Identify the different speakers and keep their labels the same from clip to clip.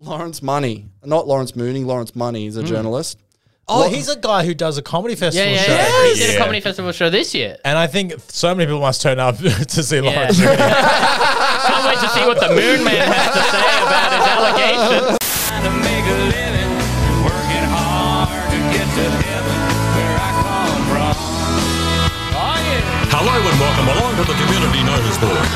Speaker 1: Lawrence Money, not Lawrence Mooney. Lawrence Money
Speaker 2: Hmm.
Speaker 1: is a journalist.
Speaker 3: Oh,
Speaker 1: Lo-
Speaker 3: he's a guy who does a comedy
Speaker 4: Yeah,
Speaker 3: festival
Speaker 4: yeah,
Speaker 3: show.
Speaker 4: yeah.
Speaker 3: every
Speaker 4: He did
Speaker 3: year.
Speaker 4: a comedy festival show this year.
Speaker 3: And I think so many people must turn up to see
Speaker 4: Yeah.
Speaker 3: Lawrence.
Speaker 4: Can't wait to see what the Moon Man has to say about his allegations.
Speaker 5: trying to make a living, working hard to get to heaven where I come from. Oh yeah.
Speaker 6: Hello and welcome along to the Community Notice Board.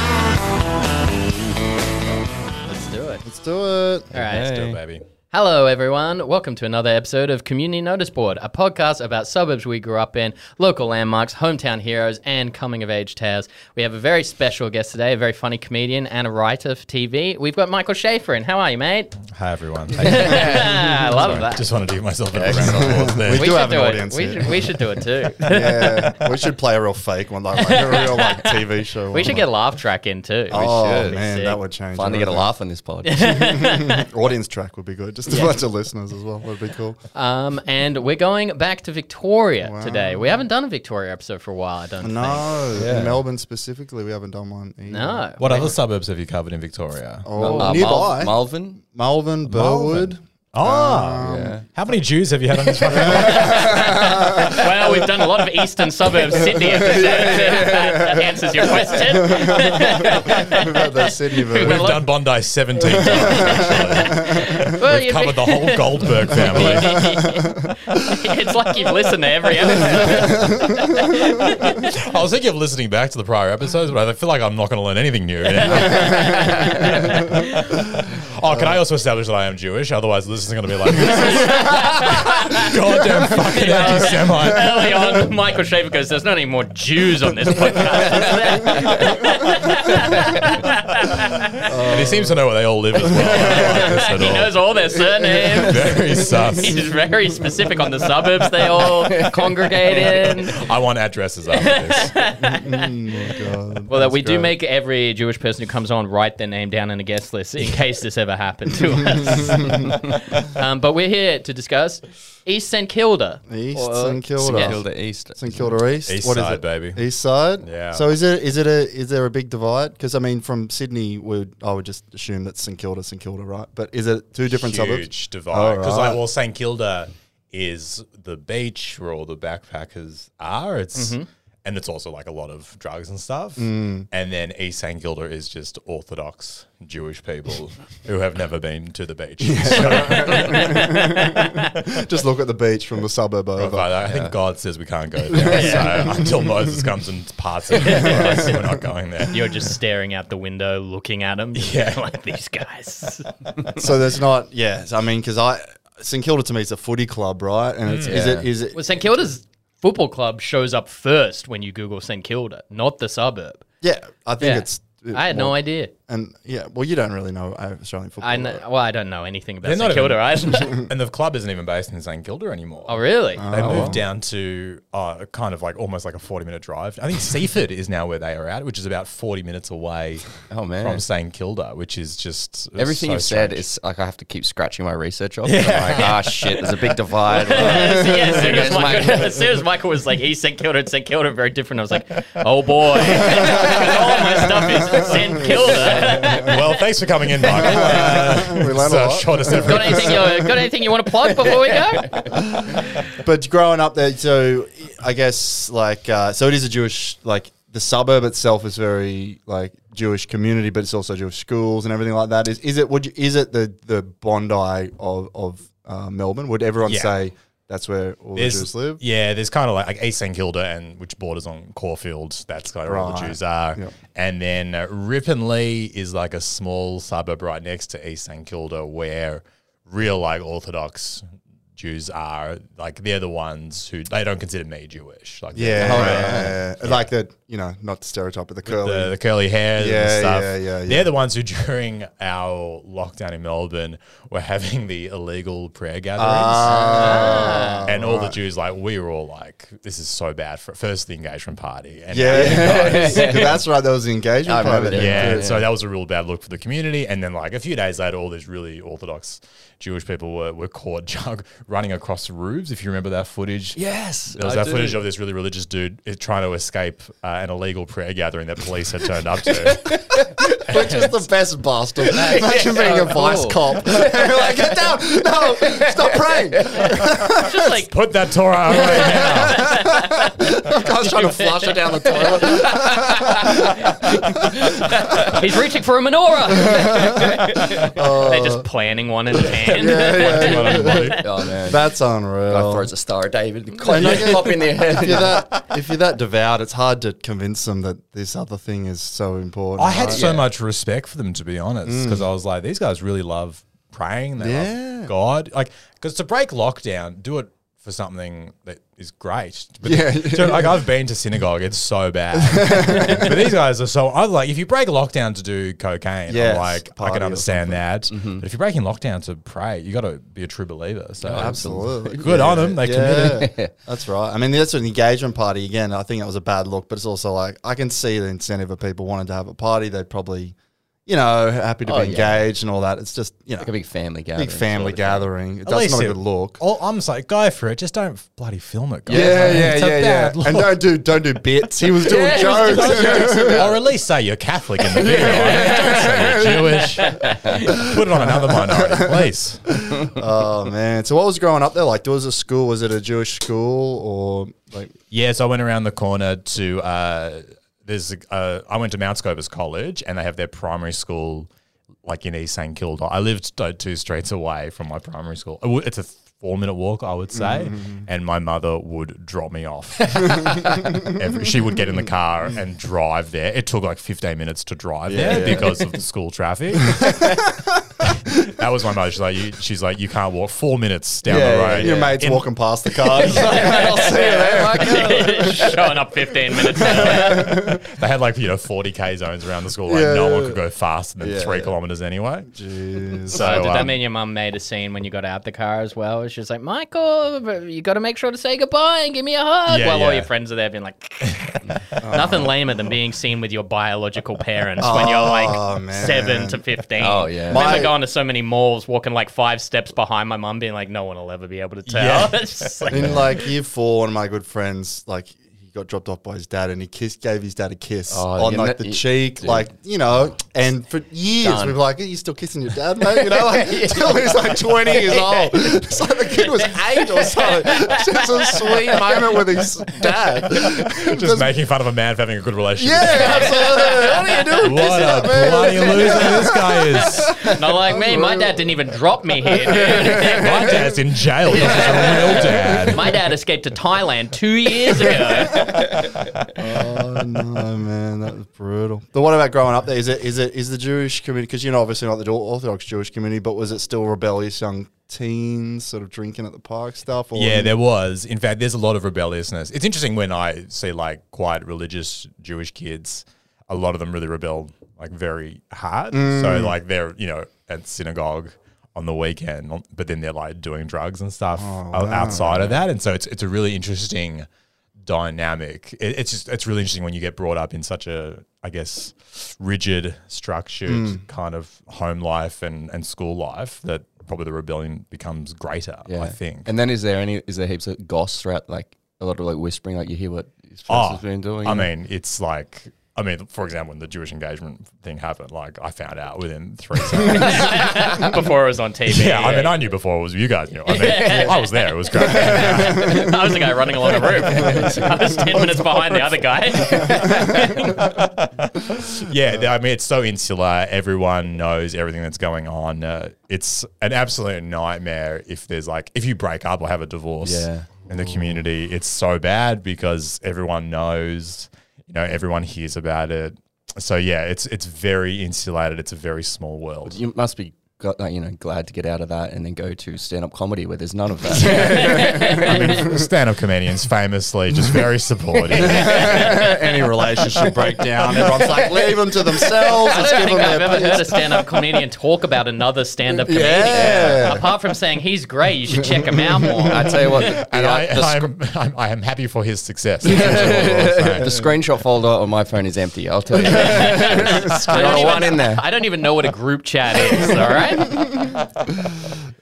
Speaker 4: Let's do it.
Speaker 1: Let's do it.
Speaker 4: All right.
Speaker 3: Let's do it, baby.
Speaker 4: Hello, everyone. Welcome to another episode of Community Notice Board, a podcast about suburbs we grew up in, local landmarks, hometown heroes, and coming of age tales. We have a very special guest today, a very funny comedian and a writer for TV. We've got Michael Schaefer in. How are you, mate? Ah,
Speaker 3: Hi, everyone. Thank you.
Speaker 4: I love that.
Speaker 3: Just wanted to give myself a round of applause there.
Speaker 1: We do have an audience
Speaker 4: it. We
Speaker 1: here.
Speaker 4: should, we should do it too.
Speaker 1: Yeah, we should play a real fake one, like, like a real like TV show.
Speaker 4: we should get a laugh track in too.
Speaker 1: Oh
Speaker 2: should.
Speaker 1: man,
Speaker 4: Sick.
Speaker 1: that would change.
Speaker 2: Fun to get a laugh on this pod.
Speaker 1: Audience track would be good. Just a bunch of listeners as well would be cool.
Speaker 2: Uh,
Speaker 4: Um, and we're going back to Victoria today. We haven't done a Victoria episode for a while, I don't think.
Speaker 1: No, in Melbourne specifically, we haven't done one. Either.
Speaker 4: No.
Speaker 3: What other suburbs have you covered in Victoria? Oh,
Speaker 1: Oh,
Speaker 2: Uh,
Speaker 1: nearby,
Speaker 2: Mal- Malvin.
Speaker 1: Malvern, Burwood.
Speaker 2: Yeah.
Speaker 3: Ah. how many Jews have you had on this one?
Speaker 4: Well, we've done a lot of eastern suburbs Sydney episodes. if that answers your question.
Speaker 1: We've had the Sydney
Speaker 4: We've
Speaker 3: We've
Speaker 1: version.
Speaker 4: got-
Speaker 3: done Bondi 17 times. actually.
Speaker 4: Well,
Speaker 3: We've
Speaker 4: you'd
Speaker 3: covered
Speaker 4: be-
Speaker 3: the whole Goldberg family.
Speaker 4: it's like you've listened to every episode.
Speaker 3: I was thinking of listening back to the prior episodes, but I feel like I'm not going to learn anything new. oh, can I also establish that I am Jewish? Otherwise, this is going to be like, this is goddamn fucking anti Semite.
Speaker 4: Early on, Michael Schaefer goes, There's not any more Jews on this podcast.
Speaker 3: And he seems to know where they all live as well. I don't like
Speaker 4: he
Speaker 3: this
Speaker 4: knows
Speaker 3: at all.
Speaker 4: all their surnames.
Speaker 3: Very sus.
Speaker 4: He's very specific on the suburbs they all congregate in.
Speaker 3: I want addresses after this.
Speaker 4: Well, that we do make every Jewish person who comes on write their name down in a guest list in case this ever happened to us. um, but we're here to discuss East St Kilda.
Speaker 1: East
Speaker 2: Or- uh,
Speaker 1: St Kilda.
Speaker 2: St Kilda East.
Speaker 1: St Kilda East.
Speaker 3: East
Speaker 1: what is
Speaker 3: side,
Speaker 1: it?
Speaker 3: baby.
Speaker 1: East side.
Speaker 3: Yeah.
Speaker 1: So is it is it a is there a big divide? Because I mean, from Sydney, would I would just assume that St Kilda, St Kilda, right? But is it two different suburbs? Oh,
Speaker 3: Huge divide. Because, like,
Speaker 1: Alright.
Speaker 3: well, St Kilda is the beach where all the backpackers are. It's
Speaker 4: Mm-hmm.
Speaker 3: and it's also like a lot of drugs and stuff. And then East St Kilda is just Orthodox Jewish people who have never been to the beach. So,
Speaker 1: just look at the beach from the suburb over.
Speaker 3: but I think God says we can't go there. So until Moses comes and parts it, we're not going there.
Speaker 4: You're just staring out the window, looking at them. Yeah, like these guys.
Speaker 1: so there's not. Yes, I mean, because I St Kilda to me is a footy club, right? And it's is it is it
Speaker 4: Well, St Kilda's football club shows up first when you Google St Kilda, not the suburb.
Speaker 1: yeah? I think
Speaker 4: Yeah.
Speaker 1: it's. uh, it-
Speaker 4: I had no
Speaker 1: well,
Speaker 4: idea.
Speaker 1: And yeah, well, you don't really know Australian football.
Speaker 4: I know,
Speaker 1: right?
Speaker 4: well, I don't know anything about
Speaker 3: They're
Speaker 4: St
Speaker 3: not
Speaker 4: Kilda either.
Speaker 3: And the club isn't even based in St Kilda anymore.
Speaker 4: oh, really?
Speaker 3: They moved down to uh, kind of like almost like a 40 minute drive. I think Seaford is now where they are at, which is about 40 minutes away
Speaker 2: Oh, man.
Speaker 3: from St Kilda, which is just
Speaker 2: Everything
Speaker 3: so
Speaker 2: you've
Speaker 3: strange.
Speaker 2: said is like I have to keep scratching my research off. I'm like, ah, shit, there's a big divide.
Speaker 4: as, soon as,
Speaker 2: Yes,
Speaker 4: Michael,
Speaker 2: Michael.
Speaker 4: as soon as Michael was like, East St Kilda and St Kilda are very different, I was like, oh boy. Because all my stuff is St Kilda.
Speaker 3: Well, thanks for coming in, Michael. Uh,
Speaker 1: We learn
Speaker 3: it's
Speaker 1: a
Speaker 3: our
Speaker 1: lot.
Speaker 3: shortest ever
Speaker 4: got, anything you, got anything you want to plug before we go?
Speaker 1: But growing up there, so I guess like uh, so it is a Jewish like the suburb itself is very like Jewish community, but it's also Jewish schools and everything like that. Is is it would you, is it the the Bondi of of uh, Melbourne? Would everyone
Speaker 3: Yeah.
Speaker 1: say that's where all the Jews live?
Speaker 3: Yeah, there's kind of like, like East St Kilda, and which borders on Caulfield. That's kind of where all the
Speaker 1: Right.
Speaker 3: Jews are.
Speaker 1: Yep.
Speaker 3: And then uh, Ripponlea is like a small suburb right next to East St Kilda, where real like Orthodox Jews are. Like they're the ones who they don't consider me Jewish. Like they're
Speaker 1: Yeah,
Speaker 3: the-
Speaker 1: like the you know not to stereotype, but the curly.
Speaker 3: the, the curly hair and
Speaker 1: Yeah,
Speaker 3: stuff.
Speaker 1: yeah, yeah, yeah.
Speaker 3: They're the ones who, during our lockdown in Melbourne, were having the illegal prayer gatherings. and all the Jews, like, we were all like, this is so bad for first the engagement party. And
Speaker 1: yeah, 'Cause that's right. That was the engagement.
Speaker 2: I remember
Speaker 1: party.
Speaker 2: that.
Speaker 3: yeah, so that was a real bad look for the community. And then, like, a few days later, all these really Orthodox Jewish people were, were caught jug- running across roofs. If you remember that footage,
Speaker 4: Yes,
Speaker 3: there was
Speaker 4: I
Speaker 3: that
Speaker 4: do.
Speaker 3: footage of this really religious dude uh, trying to escape uh, an illegal prayer gathering that police had turned up to.
Speaker 1: Which is the best bastard. Imagine being a
Speaker 4: so
Speaker 1: vice
Speaker 4: cool.
Speaker 1: cop. And you're Oh, like, get down! No! Stop praying!
Speaker 4: It's just like
Speaker 3: Put that Torah away now.
Speaker 1: I was trying to flush it down the toilet.
Speaker 4: he's reaching for a menorah. They're just planning one in hand.
Speaker 2: Oh, man.
Speaker 1: That's
Speaker 2: Guy
Speaker 1: unreal.
Speaker 2: throws a star at David. and Cop,
Speaker 1: And I get-
Speaker 2: cop in their
Speaker 1: if
Speaker 2: head.
Speaker 1: you're that if you're that devout, it's hard to convince them that this other thing is so important.
Speaker 3: I had
Speaker 1: right?
Speaker 3: so much respect for them, to be honest, because I was like, these guys really love praying. They
Speaker 1: Mm. Yeah.
Speaker 3: love God. Like, because to break lockdown, do it for something that is great. But
Speaker 1: Yeah.
Speaker 3: so, like, I've been to synagogue, it's so bad. but these guys are so, I'm like, if you break lockdown to do cocaine,
Speaker 1: Yes,
Speaker 3: I'm like,
Speaker 1: party
Speaker 3: I can
Speaker 1: or Mm-hmm.
Speaker 3: understand that. But if you're breaking lockdown to pray, you got to be a true believer. So,
Speaker 1: Absolutely.
Speaker 3: Good on 'em, they
Speaker 1: committed. That's right. I mean, that's an engagement party. Again, I think that was a bad look, but it's also like I can see the incentive of people wanted to have a party. They'd probably, you know, happy to
Speaker 2: Oh,
Speaker 1: be
Speaker 2: yeah.
Speaker 1: engaged and all that. It's just, you know,
Speaker 2: Like a big family gathering.
Speaker 1: big family
Speaker 2: sort of thing.
Speaker 1: gathering.
Speaker 3: At
Speaker 1: That's
Speaker 3: least
Speaker 1: not a
Speaker 3: it-
Speaker 1: good look.
Speaker 3: Oh, I'm just like, go for it. Just don't bloody film it, guys.
Speaker 1: Yeah,
Speaker 3: Like,
Speaker 1: yeah,
Speaker 3: it's a
Speaker 1: yeah, yeah.
Speaker 3: bad look.
Speaker 1: And don't do don't do bits. He was doing jokes.
Speaker 3: or at least say you're Catholic in the video. Don't say you're Jewish. Put it on another minority, please.
Speaker 1: oh man! So what was growing up there like? There was a school. Was it a Jewish school or like?
Speaker 3: Yeah, so I went around the corner to uh, there's a- uh, I went to Mount Scopus College, and they have their primary school like in East St Kilda. I lived uh, two streets away from my primary school. I would- It's a four minute walk, I would say,
Speaker 1: Mm-hmm.
Speaker 3: and my mother would drop me off. Every, she would get in the car and drive there. It took like 15 minutes to drive there because of the school traffic. that was my mother. She's like, you, she's like, you can't walk four minutes down the road.
Speaker 1: your mate's
Speaker 3: In-
Speaker 1: walking past the car. He's like, "Mate, I'll see you there."
Speaker 4: showing up 15 minutes. early.
Speaker 3: They had like you know forty k zones around the school. Like
Speaker 1: Yeah,
Speaker 3: no
Speaker 1: yeah,
Speaker 3: one
Speaker 1: yeah.
Speaker 3: could go faster than
Speaker 1: Yeah,
Speaker 3: three
Speaker 1: yeah.
Speaker 3: kilometers anyway.
Speaker 1: Jeez.
Speaker 3: So,
Speaker 4: So did that
Speaker 3: um,
Speaker 4: mean your mum made a scene when you got out the car as well? She's like, Michael, you got to make sure to say goodbye and give me a hug.
Speaker 3: Yeah,
Speaker 4: while all
Speaker 3: yeah.
Speaker 4: your friends are there being like, nothing lamer than being seen with your biological parents when you're
Speaker 1: Oh,
Speaker 4: like
Speaker 1: man.
Speaker 4: seven to 15.
Speaker 2: Oh, yeah.
Speaker 4: I remember
Speaker 1: My-
Speaker 4: going to so many malls, walking like five steps behind my mum, being like, no one will ever be able to tell.
Speaker 3: Yeah.
Speaker 4: It's just like-
Speaker 1: In like year four, one of my good friends, like he got dropped off by his dad, and he kissed, gave his dad a kiss
Speaker 2: Oh,
Speaker 1: on
Speaker 2: you
Speaker 1: like
Speaker 2: kn-
Speaker 1: the
Speaker 2: you-
Speaker 1: cheek,
Speaker 2: dude.
Speaker 1: like you know. And for years,
Speaker 2: Done.
Speaker 1: we were like, "Are you still kissing your dad, mate?" You know, like, until he's like twenty years old. It's like the kid was eight or so. It's Just a sweet moment with his dad.
Speaker 3: just, making fun of a man for having a good relationship.
Speaker 1: yeah, absolutely. What are you doing?
Speaker 3: What
Speaker 1: kissing
Speaker 3: a
Speaker 1: that man?
Speaker 3: bloody loser this guy is.
Speaker 4: not like me. My dad didn't even drop me here.
Speaker 3: My dad's in jail. This is a real dad.
Speaker 4: my dad escaped to Thailand two years ago.
Speaker 1: Oh no, man, that was brutal. But what about growing up there? Is it is it is the Jewish community? Because you know, obviously not the Orthodox Jewish community, but was it still rebellious young teens sort of drinking at the park stuff? Or
Speaker 3: Yeah, there was. In fact, there's a lot of rebelliousness. It's interesting when I see like quiet religious Jewish kids, a lot of them really rebel like very hard. So like they're, you know, at synagogue on the weekend, on- but then they're like doing drugs and stuff o- outside of that. And so it's it's a really interesting dynamic. It, it's just it's really interesting when you get brought up in such a I guess rigid, structured kind of home life and, and school life that probably the rebellion becomes greater, I think.
Speaker 2: And then is there any? Is there heaps of goss throughout? Like a lot of like whispering. Like you hear what his friends
Speaker 3: Oh,
Speaker 2: has been doing.
Speaker 3: I mean, it's like. I mean, for example, when the Jewish engagement thing happened, like I found out within three seconds.
Speaker 4: Before it was on TV.
Speaker 3: yeah, I mean, I knew before it was you guys knew. I mean, I was there. It was great.
Speaker 4: I was the guy running along a roof. I was 10 minutes behind the other guy.
Speaker 3: yeah, th- I mean, it's so insular. Everyone knows everything that's going on. Uh, it's an absolute nightmare if there's like, if you break up or have a divorce
Speaker 2: Yeah.
Speaker 3: in the community, it's so bad because everyone knows, you know, everyone hears about it. So yeah, it's it's very insulated. It's a very small world.
Speaker 2: you must be. Got, like, you know, glad to get out of that and then go to stand up comedy where there's none of that.
Speaker 3: stand-up comedians famously just very supportive.
Speaker 1: any relationship breakdown, everyone's like, leave them to themselves.
Speaker 4: I
Speaker 1: Let's
Speaker 4: don't
Speaker 1: give
Speaker 4: think
Speaker 1: them
Speaker 4: I've
Speaker 1: their
Speaker 4: ever heard a stand up comedian talk about another stand up comedian.
Speaker 1: Yeah.
Speaker 4: Apart from saying he's great, you should check him out more.
Speaker 2: I tell you what, the,
Speaker 3: And
Speaker 2: uh,
Speaker 3: I,
Speaker 2: the, sc-
Speaker 3: I'm, I'm, I am happy for his success. That's all I'll say.
Speaker 2: the screenshot folder on my phone is empty. I'll tell you.
Speaker 4: I
Speaker 2: Not a
Speaker 4: even-
Speaker 2: one in there.
Speaker 4: I don't even know what a group chat is, all right?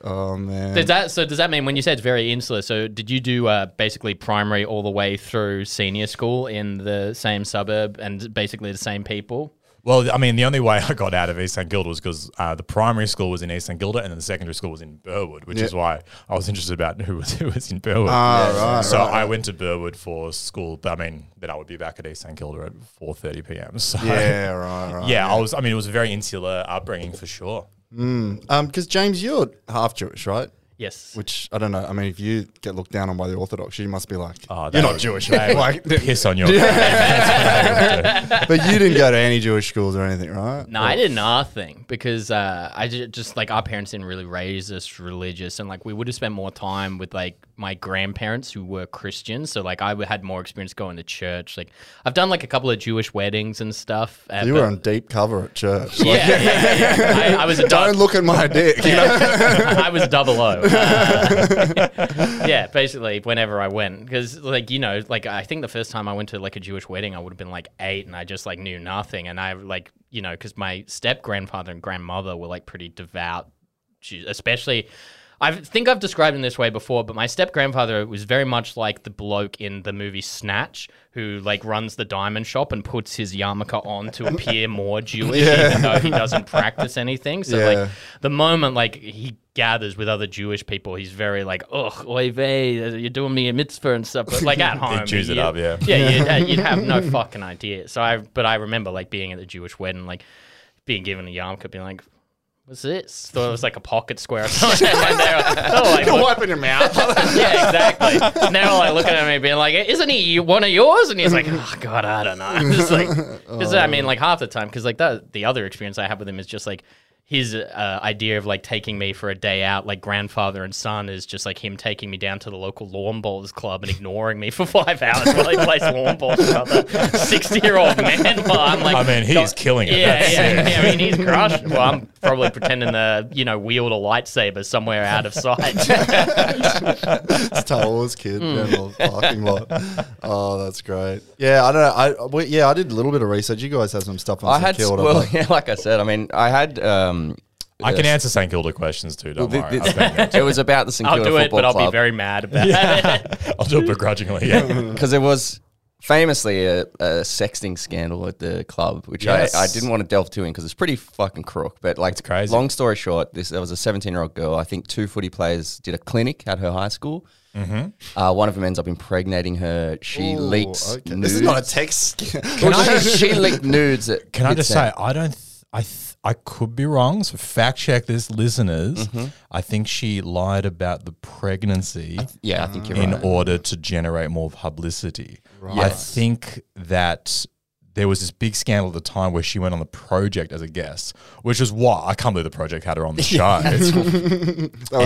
Speaker 1: Oh man.
Speaker 4: Does that so? Does that mean when you say it's very insular? So did you do uh, basically primary all the way through senior school in the same suburb and basically the same people?
Speaker 3: Well, I mean, the only way I got out of East St Kilda was because uh, the primary school was in East St Kilda, and then the secondary school was in Burwood, which is why I was interested about who was who was in Burwood.
Speaker 1: Ah, right,
Speaker 3: so I went to Burwood for school. but I mean, then I would be back at East St Kilda at four thirty p.m. So
Speaker 1: yeah, right, right.
Speaker 3: yeah, I was. I mean, it was a very insular upbringing for sure.
Speaker 1: Um, because James, you're half Jewish, right?
Speaker 4: Yes.
Speaker 1: Which I don't know. I mean, if you get looked down on by the Orthodox, you must be like,
Speaker 3: Oh, they
Speaker 1: you're not
Speaker 3: would-
Speaker 1: Jewish.
Speaker 3: they would
Speaker 1: like,
Speaker 3: piss on your.
Speaker 1: but you didn't go to any Jewish schools or anything, right?
Speaker 4: No, I did nothing because uh, I ju- just like our parents didn't really raise us religious, and like we would have spent more time with like my grandparents who were Christians. So like I w- had more experience going to church. Like I've done like a couple of Jewish weddings and stuff. uh,
Speaker 1: You
Speaker 4: but-
Speaker 1: were on deep cover at church. Like,
Speaker 4: Yeah, yeah, yeah, yeah. I, I was a
Speaker 1: don't look at my dick. You know?
Speaker 4: I was double O. Uh, yeah, basically, whenever I went, because like you know, like I think the first time I went to like a Jewish wedding, I would have been like eight, and I just like knew nothing, and I like you know, because my step grandfather and grandmother were like pretty devout, Jews, especially. I think I've described him this way before, but my step grandfather was very much like the bloke in the movie Snatch, who like runs the diamond shop and puts his yarmulke on to appear more Jewish, even though he doesn't practice anything. So
Speaker 1: Yeah.
Speaker 4: like the moment like he gathers with other Jewish people, he's very like, "Ugh, oy vey, you're doing me a mitzvah and stuff." But like at home,
Speaker 3: Jews it
Speaker 4: you-
Speaker 3: up, yeah.
Speaker 4: yeah, you'd, uh, you'd have no fucking idea. So I, but I remember like being at the Jewish wedding, like being given a yarmulke, being like. What's this? Thought it was like a pocket square or something. And they were- they were like, "What-
Speaker 1: Wiping your mouth.
Speaker 4: yeah, exactly. And they were like looking at me, being like, "Isn't he you- one of yours?" And he's like, "Oh God, I don't know." Just like, because I mean, like half the time, because like that the other experience I have with him is just like his uh, idea of like taking me for a day out, like grandfather and son, is just like him taking me down to the local lawn bowls club and ignoring me for five hours while he plays lawn bowls with other sixty year old man. While I'm like,
Speaker 3: I mean, he is killing it.
Speaker 4: yeah,
Speaker 3: That's
Speaker 4: yeah, yeah. I mean, he's crushed. Well, I'm probably pretending to, you know, wield a lightsaber somewhere out of sight.
Speaker 1: Star Wars kid down the parking lot. Oh, that's great. Yeah, I don't know. I we, yeah, I did a little bit of research. You guys have some stuff on
Speaker 2: I
Speaker 1: St.
Speaker 2: had,
Speaker 1: Kilda,
Speaker 2: well,
Speaker 1: but-
Speaker 2: yeah, like I said, I mean, I had. Um,
Speaker 3: I can
Speaker 2: uh,
Speaker 3: answer St Kilda questions too. Don't
Speaker 2: th-
Speaker 3: worry.
Speaker 2: th-
Speaker 3: I've been there.
Speaker 2: it was about the St
Speaker 4: I'll
Speaker 2: Kilda
Speaker 4: do it,
Speaker 2: Football
Speaker 4: but I'll be
Speaker 2: Club
Speaker 4: very mad about it.
Speaker 3: I'll do it begrudgingly. Yeah.
Speaker 2: because there was famously a, a sexting scandal at the club, which
Speaker 3: Yes.
Speaker 2: I, I didn't want to delve too in because it's pretty fucking crook. But like, it's
Speaker 3: crazy.
Speaker 2: Long story short, this there was a 17 year old girl. I think two footy players did a clinic at her high school. Mm-hmm. Uh, one of them ends up impregnating her. She
Speaker 1: Ooh,
Speaker 2: leaks
Speaker 1: okay.
Speaker 2: nudes.
Speaker 1: This is not a text.
Speaker 2: Well, she, she leaked nudes. At
Speaker 3: Can I just
Speaker 2: Bitstamp.
Speaker 3: say, I don't, th- I, th- I could be wrong. So fact check this, listeners. I think she lied about the pregnancy
Speaker 2: Yeah, Mm-hmm. I think you're
Speaker 3: in
Speaker 2: right.
Speaker 3: order to generate more publicity. I
Speaker 2: Yes.
Speaker 3: think that there was this big scandal at the time where she went on the project as a guest, which is why I can't believe the project had her on the show.
Speaker 1: I was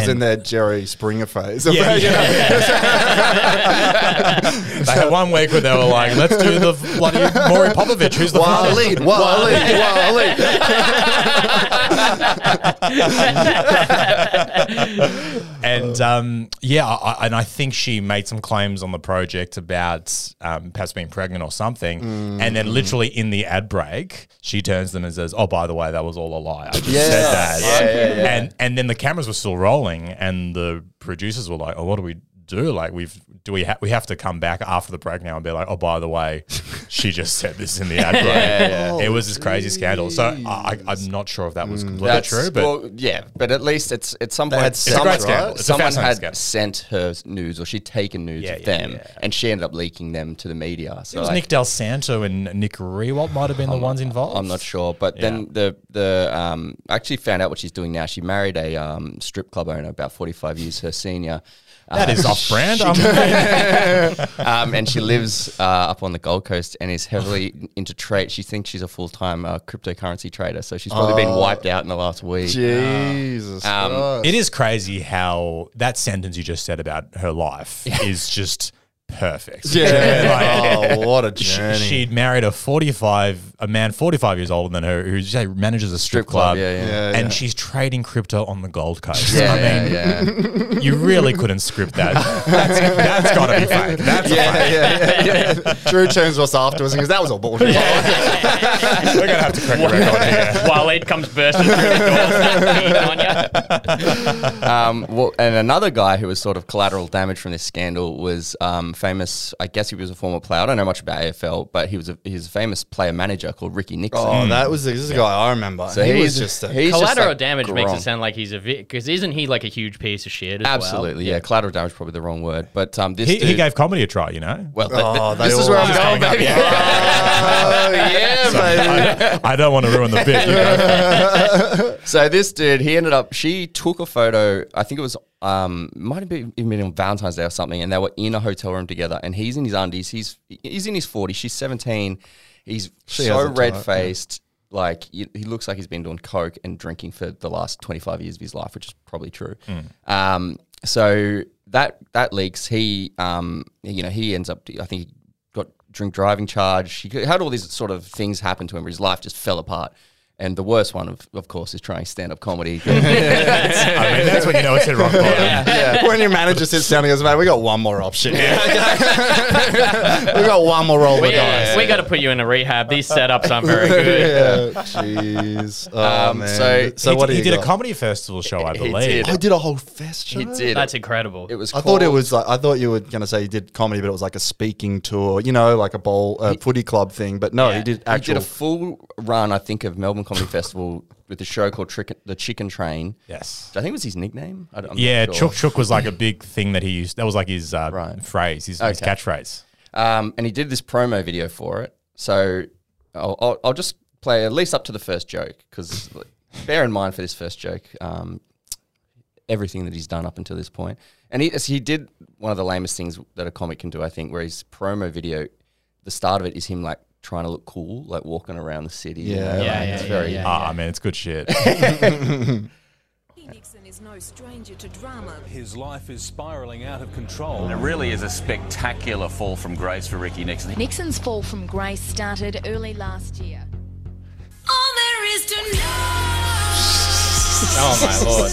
Speaker 1: in
Speaker 3: And-
Speaker 1: their Jerry Springer phase.
Speaker 3: Yeah, they had one week where they were like, "Let's do the bloody Maury Popovich, who's the father."
Speaker 1: Wally, Wally, Wally.
Speaker 3: and um, yeah, I, I- and I think she made some claims on the project about um, perhaps being pregnant or something,
Speaker 1: Mm.
Speaker 3: and then literally in the ad break, she turns them and says, "Oh, by the way, that was all a lie. I just said that."
Speaker 1: Yes. Yeah, yeah,
Speaker 3: And and then the cameras were still rolling, and the producers were like, "Oh, what do we?" Do like we've do we ha- we have to come back after the break now and be like oh by the way she just said this in the ad break it was this crazy scandal so I, I, I'm not sure if that was completely
Speaker 2: Mm. That's
Speaker 3: true but
Speaker 2: well, yeah, but at least it's at some point
Speaker 1: had
Speaker 2: it's
Speaker 1: sex,
Speaker 2: someone,
Speaker 1: right? It's
Speaker 3: a
Speaker 2: someone
Speaker 3: fascinating
Speaker 2: had
Speaker 3: scandal.
Speaker 2: sent her nudes or she'd taken nudes
Speaker 3: Yeah,
Speaker 2: of
Speaker 3: yeah,
Speaker 2: them,
Speaker 3: yeah.
Speaker 2: and she ended up leaking them to the media. So
Speaker 3: It was
Speaker 2: like,
Speaker 3: Nick Del Santo and Nick Rewalt might have been the ones involved.
Speaker 2: I'm not sure, but then the the um, I actually found out what she's doing now. She married a um, strip club owner about 45 years her senior.
Speaker 3: That
Speaker 2: Uh,
Speaker 3: is off brand. I'm-
Speaker 2: um, and she lives uh, up on the Gold Coast and is heavily into trade. She thinks she's a full time uh, cryptocurrency trader, so she's probably
Speaker 3: Oh.
Speaker 2: been wiped out in the last week.
Speaker 1: Jesus.
Speaker 2: Um,
Speaker 1: Christ.
Speaker 3: it is crazy how that sentence you just said about her life is just perfect.
Speaker 1: Yeah.
Speaker 3: Like,
Speaker 1: oh, what a
Speaker 3: she-
Speaker 1: journey.
Speaker 3: She'd married a 45, a man 45 years older than her who she manages a strip, club.
Speaker 2: club, yeah, yeah.
Speaker 1: Yeah,
Speaker 3: and
Speaker 1: yeah.
Speaker 3: she's trading crypto on the Gold Coast.
Speaker 2: Yeah,
Speaker 3: I mean,
Speaker 2: yeah, yeah.
Speaker 3: you really couldn't script that. That's, that's got to be fake. That's
Speaker 1: yeah, yeah, yeah, yeah. Drew turns to us afterwards because that was all bullshit.
Speaker 3: fake. We're going to have to correct the record here.
Speaker 7: Waleed comes bursting through the door, starts peeing on you.
Speaker 2: Um, well, and another guy who was sort of collateral damage from this scandal was um, famous. I guess he was a former player. I don't know much about AFL, but he was a, he's a famous player manager called Ricky Nixon.
Speaker 1: oh, that was this is a guy I remember.
Speaker 2: So
Speaker 1: he
Speaker 2: he's-
Speaker 1: was just a,
Speaker 2: he's just,
Speaker 4: Collateral
Speaker 2: like,
Speaker 4: damage makes
Speaker 2: grong.
Speaker 4: it sound like he's a because isn't he like a huge piece of shit? As
Speaker 2: absolutely yeah. Collateral damage probably the wrong word, but um, this
Speaker 3: He,
Speaker 2: dude,
Speaker 3: he gave comedy a try, you know?
Speaker 2: well. th- th-
Speaker 1: Oh, they
Speaker 2: this is
Speaker 1: all-
Speaker 2: where I'm
Speaker 1: just
Speaker 2: going,
Speaker 3: hang up,
Speaker 2: baby.
Speaker 1: Oh, yeah, baby.
Speaker 3: I, I don't want to ruin the bit. You know?
Speaker 2: So this dude, he ended up. She took a photo. I think it was um might have been even been on Valentine's Day or something, and they were in a hotel room together. And he's in his undies. He's he's in his 40s. She's seventeen. He's so
Speaker 1: has a type, yeah.
Speaker 2: red faced. Like he he looks like he's been doing coke and drinking for the last twenty five years of his life, which is probably true.
Speaker 1: Mm.
Speaker 2: Um, so that that leaks. He um you know he ends up. I think he got drink driving charge. He had all these sort of things happen to him where his life just fell apart. And the worst one, of, of course, is trying stand up comedy.
Speaker 3: I mean, that's when you know it's hit rock bottom.
Speaker 1: yeah. When your manager sits down and goes, mate, we got one more option. we got one more roll
Speaker 7: We,
Speaker 1: with dice.
Speaker 7: we got to put you in a rehab. These setups aren't very good.
Speaker 1: Yeah, jeez. Oh,
Speaker 2: Um,
Speaker 1: man.
Speaker 2: so
Speaker 1: so
Speaker 3: he,
Speaker 1: what do
Speaker 3: he
Speaker 1: you
Speaker 3: did a
Speaker 1: got?
Speaker 3: comedy festival show, I
Speaker 2: He
Speaker 3: believe.
Speaker 2: did.
Speaker 1: I did a whole fest show.
Speaker 2: he did.
Speaker 4: That's incredible.
Speaker 2: it was.
Speaker 1: I thought it
Speaker 2: called-
Speaker 1: was like I thought you were gonna say he did comedy, but it was like a speaking tour, you know, like a bowl, a footy club thing. But no, he did
Speaker 2: He
Speaker 1: actual.
Speaker 2: did a full run, I think, of Melbourne Comedy Festival with a show called Trick- The Chicken Train.
Speaker 3: Yes.
Speaker 2: Which I think was his nickname. I don't, I'm
Speaker 3: Yeah,
Speaker 2: not sure.
Speaker 3: Chook Chook was like a big thing that he used. That was like his uh,
Speaker 2: Right.
Speaker 3: phrase, his, his
Speaker 2: Okay.
Speaker 3: catchphrase.
Speaker 2: Um, and he did this promo video for it. So I'll, I'll, I'll just play at least up to the first joke because bear in mind for this first joke, um, everything that he's done up until this point. And he, he did one of the lamest things that a comic can do, I think, where his promo video, the start of it is him like trying to look cool, like walking around the city. you
Speaker 1: Yeah.
Speaker 2: know,
Speaker 1: Yeah,
Speaker 2: like,
Speaker 4: yeah,
Speaker 2: it's
Speaker 4: yeah,
Speaker 2: very.
Speaker 4: yeah.
Speaker 3: Ah, man, it's good shit.
Speaker 8: Nixon is no stranger to drama.
Speaker 5: His life is spiraling out of control.
Speaker 9: It really is a spectacular fall from grace for Ricky Nixon.
Speaker 8: Nixon's fall from grace started early last year. All there is to know
Speaker 4: oh my lord!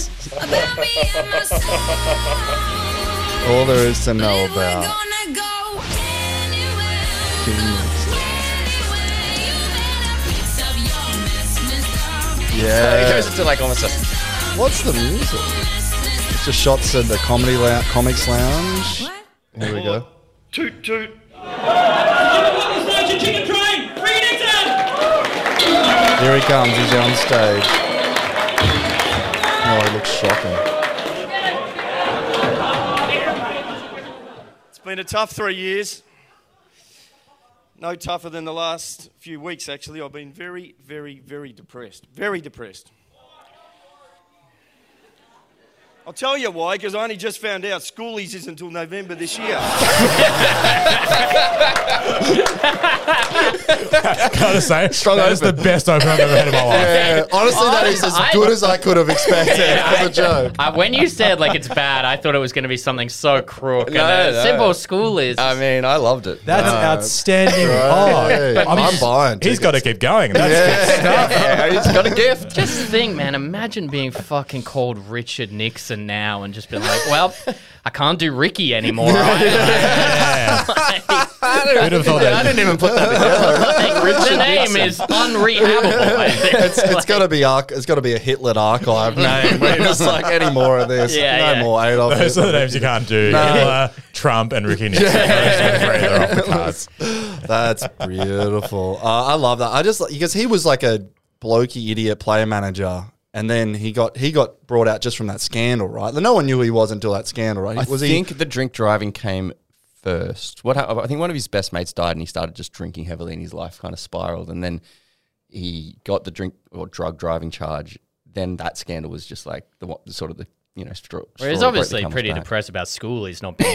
Speaker 8: about me and myself.
Speaker 1: all there is to know
Speaker 8: And we're
Speaker 1: about.
Speaker 8: gonna go anywhere. Anywhere. You better fix up your mess, mister.
Speaker 2: So he goes
Speaker 1: Yeah,
Speaker 2: into like almost a.
Speaker 1: what's the music? It's just shots of the comedy lou- comics lounge.
Speaker 8: What?
Speaker 1: Here we go. Here he comes. He's on stage. Oh, he looks shocking.
Speaker 10: It's been a tough three years. No tougher than the last few weeks, actually. I've been very, very, very depressed. Very depressed. I'll tell you why, because I only just found out schoolies is until November this year.
Speaker 3: Gotta say, that is the best opener I've ever had in my life.
Speaker 1: Yeah, honestly, that is as
Speaker 4: I-
Speaker 1: good as I could have expected as a joke.
Speaker 4: Uh, when you said like it's bad, I thought it was going to be something so crook. and
Speaker 2: No,
Speaker 4: then
Speaker 2: no.
Speaker 4: simple school is.
Speaker 2: I mean, I loved it.
Speaker 3: That's outstanding. Oh,
Speaker 1: Hey, I'm, buying.
Speaker 3: he's got to keep going. That's
Speaker 2: yeah, he's got a gift.
Speaker 4: Just think, man. Imagine being fucking called Richard Nixon now and just being like, well, I can't do Ricky anymore.
Speaker 3: Who'd have thought that?
Speaker 1: didn't even put that together.
Speaker 4: the name is unrehabable. I think.
Speaker 1: it's it's got to be arch- it's got to be a Hitler archive name. We're just like any more of this.
Speaker 4: Yeah,
Speaker 1: no
Speaker 4: yeah.
Speaker 1: more Adolf.
Speaker 3: Those are the
Speaker 1: Hitler.
Speaker 3: names you can't do. Hitler, Trump, and Ricky Nixon. Those are the three that are off the cards.
Speaker 1: That's beautiful. Uh, I love that. I just because he was like a blokey idiot player manager. And then he got he got brought out just from that scandal, right? No one knew who he was until that scandal, right?
Speaker 2: I
Speaker 1: was
Speaker 2: think
Speaker 1: he?
Speaker 2: the drink driving came first. What hap- I think one of his best mates died, and he started just drinking heavily, and his life kind of spiraled. And then he got the drink or drug driving charge. Then that scandal was just like the one- sort of the you know, straw.
Speaker 4: Well, he's
Speaker 2: straw that broke the
Speaker 4: obviously
Speaker 2: camel's
Speaker 4: pretty
Speaker 2: back.
Speaker 4: depressed about school. He's not. being-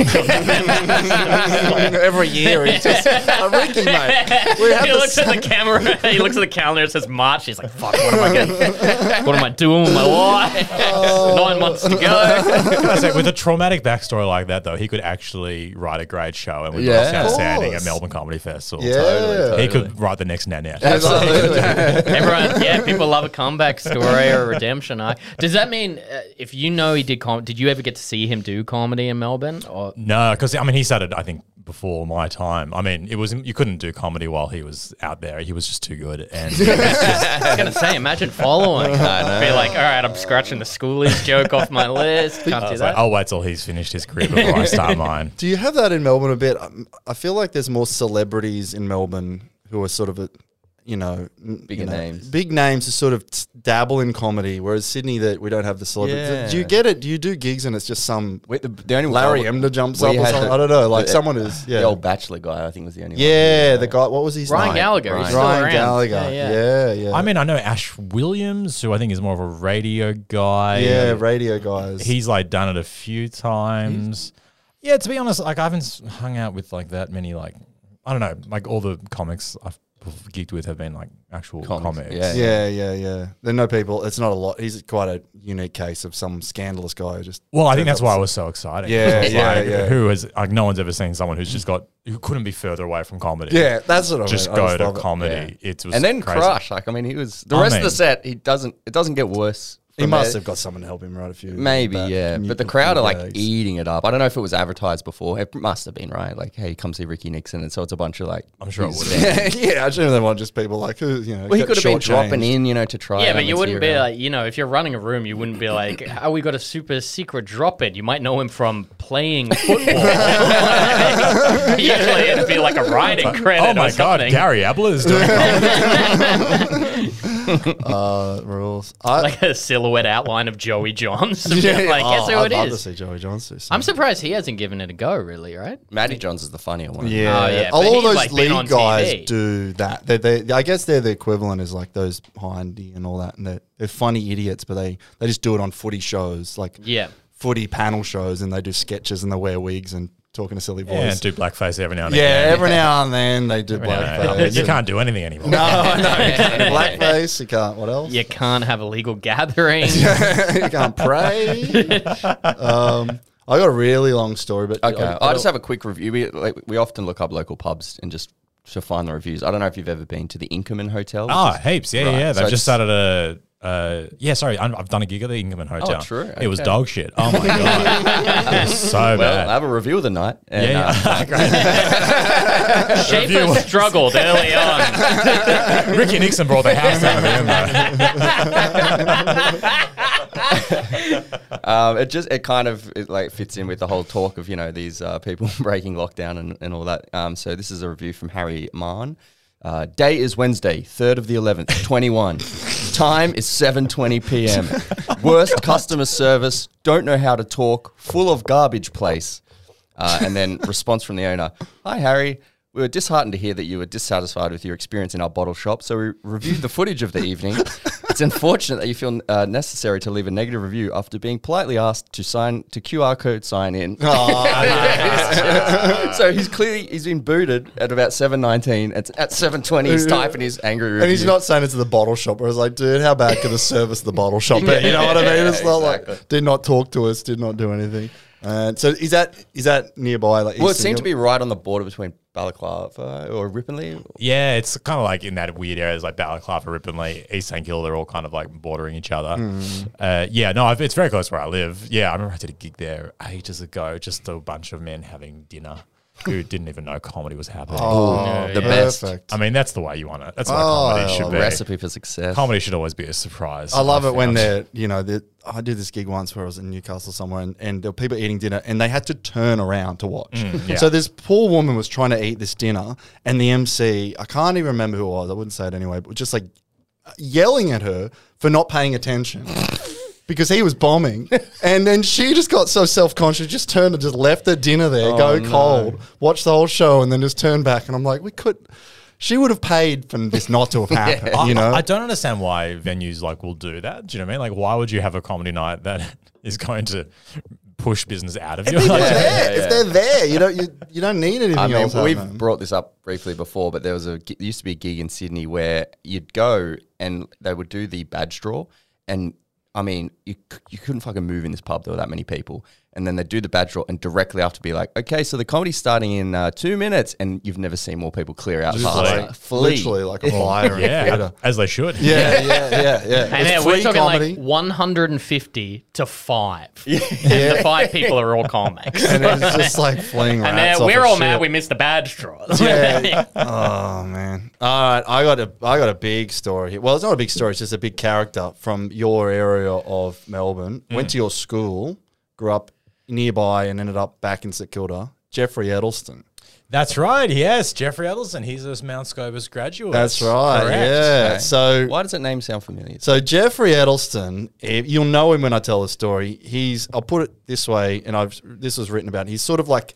Speaker 1: Every year he's just a reckon, mate. We had
Speaker 4: he
Speaker 1: the
Speaker 4: looks at the camera. He looks at the calendar. It says March. He's like, "Fuck! What am I getting? What am I doing with my life?
Speaker 1: Oh.
Speaker 4: Nine months to go."
Speaker 3: Can I say, with a traumatic backstory like that, though, he could actually write a great show and would
Speaker 1: Yeah,
Speaker 3: yeah,
Speaker 1: of
Speaker 3: outstanding
Speaker 1: course.
Speaker 3: at Melbourne Comedy Festival.
Speaker 1: Yeah.
Speaker 3: He could write the next Nanette.
Speaker 4: Everyone, yeah, people love a comeback story or a redemption arc. Does that mean uh, if you know he did com- did you ever get to see him do comedy in Melbourne? Or
Speaker 3: No, because I mean, he started. I think before my time. I mean, it was you couldn't do comedy while he was out there. He was just too good, and he was just-
Speaker 4: I was gonna say, imagine following. Be like, all right, I'm scratching the schoolies joke off my list. Can't
Speaker 3: I
Speaker 4: do
Speaker 3: was like,
Speaker 4: that.
Speaker 3: I'll oh, wait till he's finished his career before I start mine.
Speaker 1: Do you have that in Melbourne a bit? Um, I feel like there's more celebrities in Melbourne who are sort of, a, you know, n-
Speaker 2: Bigger
Speaker 1: you know,
Speaker 2: names.
Speaker 1: big names who sort of t- dabble in comedy, whereas Sydney that we don't have the celebrities. Do you
Speaker 2: Yeah.
Speaker 1: get it? Do you do gigs and it's just some
Speaker 2: We- the, the only
Speaker 1: Larry
Speaker 2: we-
Speaker 1: Emder jumps
Speaker 2: we
Speaker 1: up or
Speaker 2: had
Speaker 1: something?
Speaker 2: the-
Speaker 1: I don't know, like
Speaker 2: the-
Speaker 1: someone who's yeah,
Speaker 2: The old bachelor guy, I think, was the only one.
Speaker 1: yeah, the guy. What was his
Speaker 4: Ryan
Speaker 1: name?
Speaker 4: Gallagher, he's still
Speaker 1: Ryan
Speaker 4: around.
Speaker 1: Gallagher.
Speaker 4: Yeah,
Speaker 1: Yeah,
Speaker 4: yeah.
Speaker 1: yeah.
Speaker 3: I mean, I know Ash Williams, who I think is more of a radio guy.
Speaker 1: yeah, radio guys.
Speaker 3: he's like done it a few times. yeah, to be honest, like I haven't s- hung out with like that many like I don't know, like all the comics I've gigged with have been like actual comics.
Speaker 2: Comics, yeah.
Speaker 1: yeah, yeah, yeah. There are no people. It's not a lot. He's quite a unique case of some scandalous guy who just.
Speaker 3: Well, I think that's why it was so exciting.
Speaker 1: Yeah,
Speaker 3: It's
Speaker 1: yeah,
Speaker 3: like,
Speaker 1: yeah.
Speaker 3: Who has like no one's ever seen someone who's just got who couldn't be further away from comedy.
Speaker 1: Yeah, that's what I
Speaker 3: just
Speaker 1: mean. I
Speaker 3: go to
Speaker 1: love it.
Speaker 3: comedy. It was
Speaker 2: and then
Speaker 3: crazy.
Speaker 2: Crush. Like, I mean, he was the
Speaker 3: I
Speaker 2: rest of
Speaker 3: mean-
Speaker 2: the set. He doesn't. It doesn't get worse.
Speaker 1: He
Speaker 2: from
Speaker 1: must
Speaker 2: there.
Speaker 1: have got someone to help him write a few.
Speaker 2: Maybe,
Speaker 1: bad
Speaker 2: yeah.
Speaker 1: mu-
Speaker 2: But the crowd are like
Speaker 1: gags.
Speaker 2: eating it up. I don't know if it was advertised before. It must have been, right? Like, hey, come see Ricky Nixon. And so it's a bunch of like.
Speaker 3: I'm sure it
Speaker 2: his
Speaker 3: would
Speaker 2: fans.
Speaker 1: yeah, I generally want just people like who you know.
Speaker 2: Well, he
Speaker 1: get
Speaker 2: could have been dropping
Speaker 1: shortchanged.
Speaker 2: in, you know, to try.
Speaker 4: yeah,
Speaker 2: out
Speaker 4: but you wouldn't be
Speaker 2: material.
Speaker 4: like, you know, if you're running a room, you wouldn't be like, "Oh, we got a super secret drop in." You might know him from playing football. Usually, it'd be like a writing credit
Speaker 3: Oh my
Speaker 4: or
Speaker 3: god,
Speaker 4: something.
Speaker 3: Gary Abler is doing comedy.
Speaker 1: Uh, rules. I,
Speaker 4: like a silhouette outline of Joey Johns. like,
Speaker 1: oh,
Speaker 4: guess who
Speaker 1: I'd
Speaker 4: it
Speaker 1: love
Speaker 4: is?
Speaker 1: to see Joey Johnson.
Speaker 4: I'm surprised he hasn't given it a go, really, right?
Speaker 2: Matty Johns is the funnier one.
Speaker 1: Yeah,
Speaker 4: Oh, yeah, but
Speaker 1: all
Speaker 4: he's,
Speaker 1: those
Speaker 4: like, been on
Speaker 1: league guys
Speaker 4: TV.
Speaker 1: do that. They, they, I guess they're the equivalent is like those Hindy and all that, and they're, they're funny idiots, but they they just do it on footy shows, like
Speaker 4: Yeah.
Speaker 1: footy panel shows, and they do sketches and they wear wigs and talking a silly voice.
Speaker 3: yeah, and do blackface every now and
Speaker 1: Yeah,
Speaker 3: again.
Speaker 1: every now and then they do
Speaker 3: You know,
Speaker 1: blackface.
Speaker 3: you can't do anything anymore.
Speaker 1: No, no, you can't. blackface. You can't. What else?
Speaker 4: You can't have illegal gatherings.
Speaker 1: you can't pray. um, I got a really long story, but
Speaker 2: Okay, I'll, just have a quick review. We like, we often look up local pubs and just to find the reviews. I don't know if you've ever been to the Inkerman Hotel. which
Speaker 3: Oh,
Speaker 2: is-
Speaker 3: heaps. Yeah,
Speaker 2: Right,
Speaker 3: yeah.
Speaker 2: so
Speaker 3: They've just
Speaker 2: it's-
Speaker 3: started a. Uh, yeah, sorry. I'm, I've done a gig at the Ingham Hotel.
Speaker 2: Oh, true,
Speaker 3: It was
Speaker 2: okay.
Speaker 3: dog shit. Oh my god, it was so
Speaker 2: well, I
Speaker 3: bad.
Speaker 2: have a review of the night. And,
Speaker 3: yeah,
Speaker 2: uh,
Speaker 3: yeah. Great.
Speaker 4: Schaefer struggled early on.
Speaker 3: Ricky Nixon brought the house down. at the end, though.
Speaker 2: um, it just it kind of it like fits in with the whole talk of you know these uh, people breaking lockdown and, and all that. Um, so this is a review from Harry Mann. Uh, day is Wednesday, third of the eleventh, twenty one. Time is seven twenty p.m. Worst customer service. Don't know how to talk. Full of garbage place. Uh, and then response from the owner Hi, Harry. We were disheartened to hear that you were dissatisfied with your experience in our bottle shop, so we reviewed the footage of the evening. It's unfortunate that you feel uh, necessary to leave a negative review after being politely asked to sign to QR code sign in. so he's clearly he's been booted at about seven nineteen. At, at seven twenty, he's typing his angry review.
Speaker 1: And he's not saying it to the bottle shop. I was like, dude, how bad could the service of the bottle shop be? You know what I mean? It's not like did not talk to us, did not do anything. And so is that is that nearby? Like,
Speaker 2: Well, it
Speaker 1: East
Speaker 2: seemed to be
Speaker 1: Singapore?
Speaker 2: right on the border between Balaclava or Ripponlea.
Speaker 3: Yeah, it's kind of like in that weird area. It's like Balaclava, Riponley, East St Kilda. They're all kind of like bordering each other.
Speaker 1: Hmm.
Speaker 3: Uh, yeah, no, I've, it's very close where I live. Yeah, I remember I did a gig there ages ago. Just a bunch of men having dinner who didn't even know comedy was happening.
Speaker 1: Oh,
Speaker 2: the best.
Speaker 1: perfect.
Speaker 3: I mean, that's the way you want it. That's what
Speaker 1: Oh,
Speaker 3: comedy should
Speaker 1: a
Speaker 3: be.
Speaker 2: Recipe for success.
Speaker 3: Comedy should always be a surprise.
Speaker 1: I love it when
Speaker 3: found.
Speaker 1: they're, you know, they're, I did this gig once where I was in Newcastle somewhere and, and there were people eating dinner and they had to turn around to watch.
Speaker 3: Mm, yeah.
Speaker 1: So this poor woman was trying to eat this dinner and the MC, I can't even remember who it was, I wouldn't say it anyway, but just like yelling at her for not paying attention. Because he was bombing, and then she just got so self conscious, just turned and just left the dinner there, go
Speaker 3: Oh,
Speaker 1: cold, watch the whole show, and then just turn back. And I'm like, we could, she would have paid for this not to have happened,
Speaker 3: I,
Speaker 1: you know?
Speaker 3: I don't understand why venues like will do that. Do you know what I mean? Like, why would you have a comedy night that is going to push business out of
Speaker 1: If
Speaker 3: you.
Speaker 1: they're
Speaker 3: Like,
Speaker 1: there, if they're there, you don't you, you don't need anything
Speaker 2: I mean,
Speaker 1: else.
Speaker 2: we've
Speaker 1: happening.
Speaker 2: brought this up briefly before, but there was a gi- there used to be a gig in Sydney where you'd go and they would do the badge draw, and I mean, you c- you couldn't fucking move in this pub. There were that many people, and then they would do the badge draw, and directly after be like, okay, so the comedy's starting in uh, two minutes, and you've never seen more people clear out.
Speaker 1: Just
Speaker 2: past
Speaker 1: like-
Speaker 2: that. Flee.
Speaker 1: literally like a fire in a
Speaker 3: yeah,
Speaker 1: theater.
Speaker 3: as they should.
Speaker 1: Yeah, yeah, yeah, yeah.
Speaker 4: And
Speaker 1: It's
Speaker 4: yeah, we're
Speaker 1: free
Speaker 4: talking
Speaker 1: comedy.
Speaker 4: like 150 to five. And the five people are all comics.
Speaker 1: and it's just like fleeing
Speaker 7: And
Speaker 1: rats
Speaker 7: then
Speaker 1: off
Speaker 7: we're
Speaker 1: of
Speaker 7: all
Speaker 1: shit.
Speaker 7: mad we missed the badge draws.
Speaker 1: Yeah. oh man. All right, I got a I got a big story here. Well, it's not a big story. It's just a big character from your area of Melbourne.
Speaker 7: Mm.
Speaker 1: Went to your school, grew up nearby, and ended up back in St Kilda. Jeffrey Edelston.
Speaker 3: That's right. Yes, Jeffrey Edelson. He's a Mount Scobus graduate.
Speaker 1: That's right.
Speaker 3: Correct.
Speaker 1: Yeah. So
Speaker 2: Why does that name sound familiar?
Speaker 1: So Jeffrey Edelston, eh, you'll know him when I tell the story. He's I'll put it this way, and I've this was written about. He's sort of like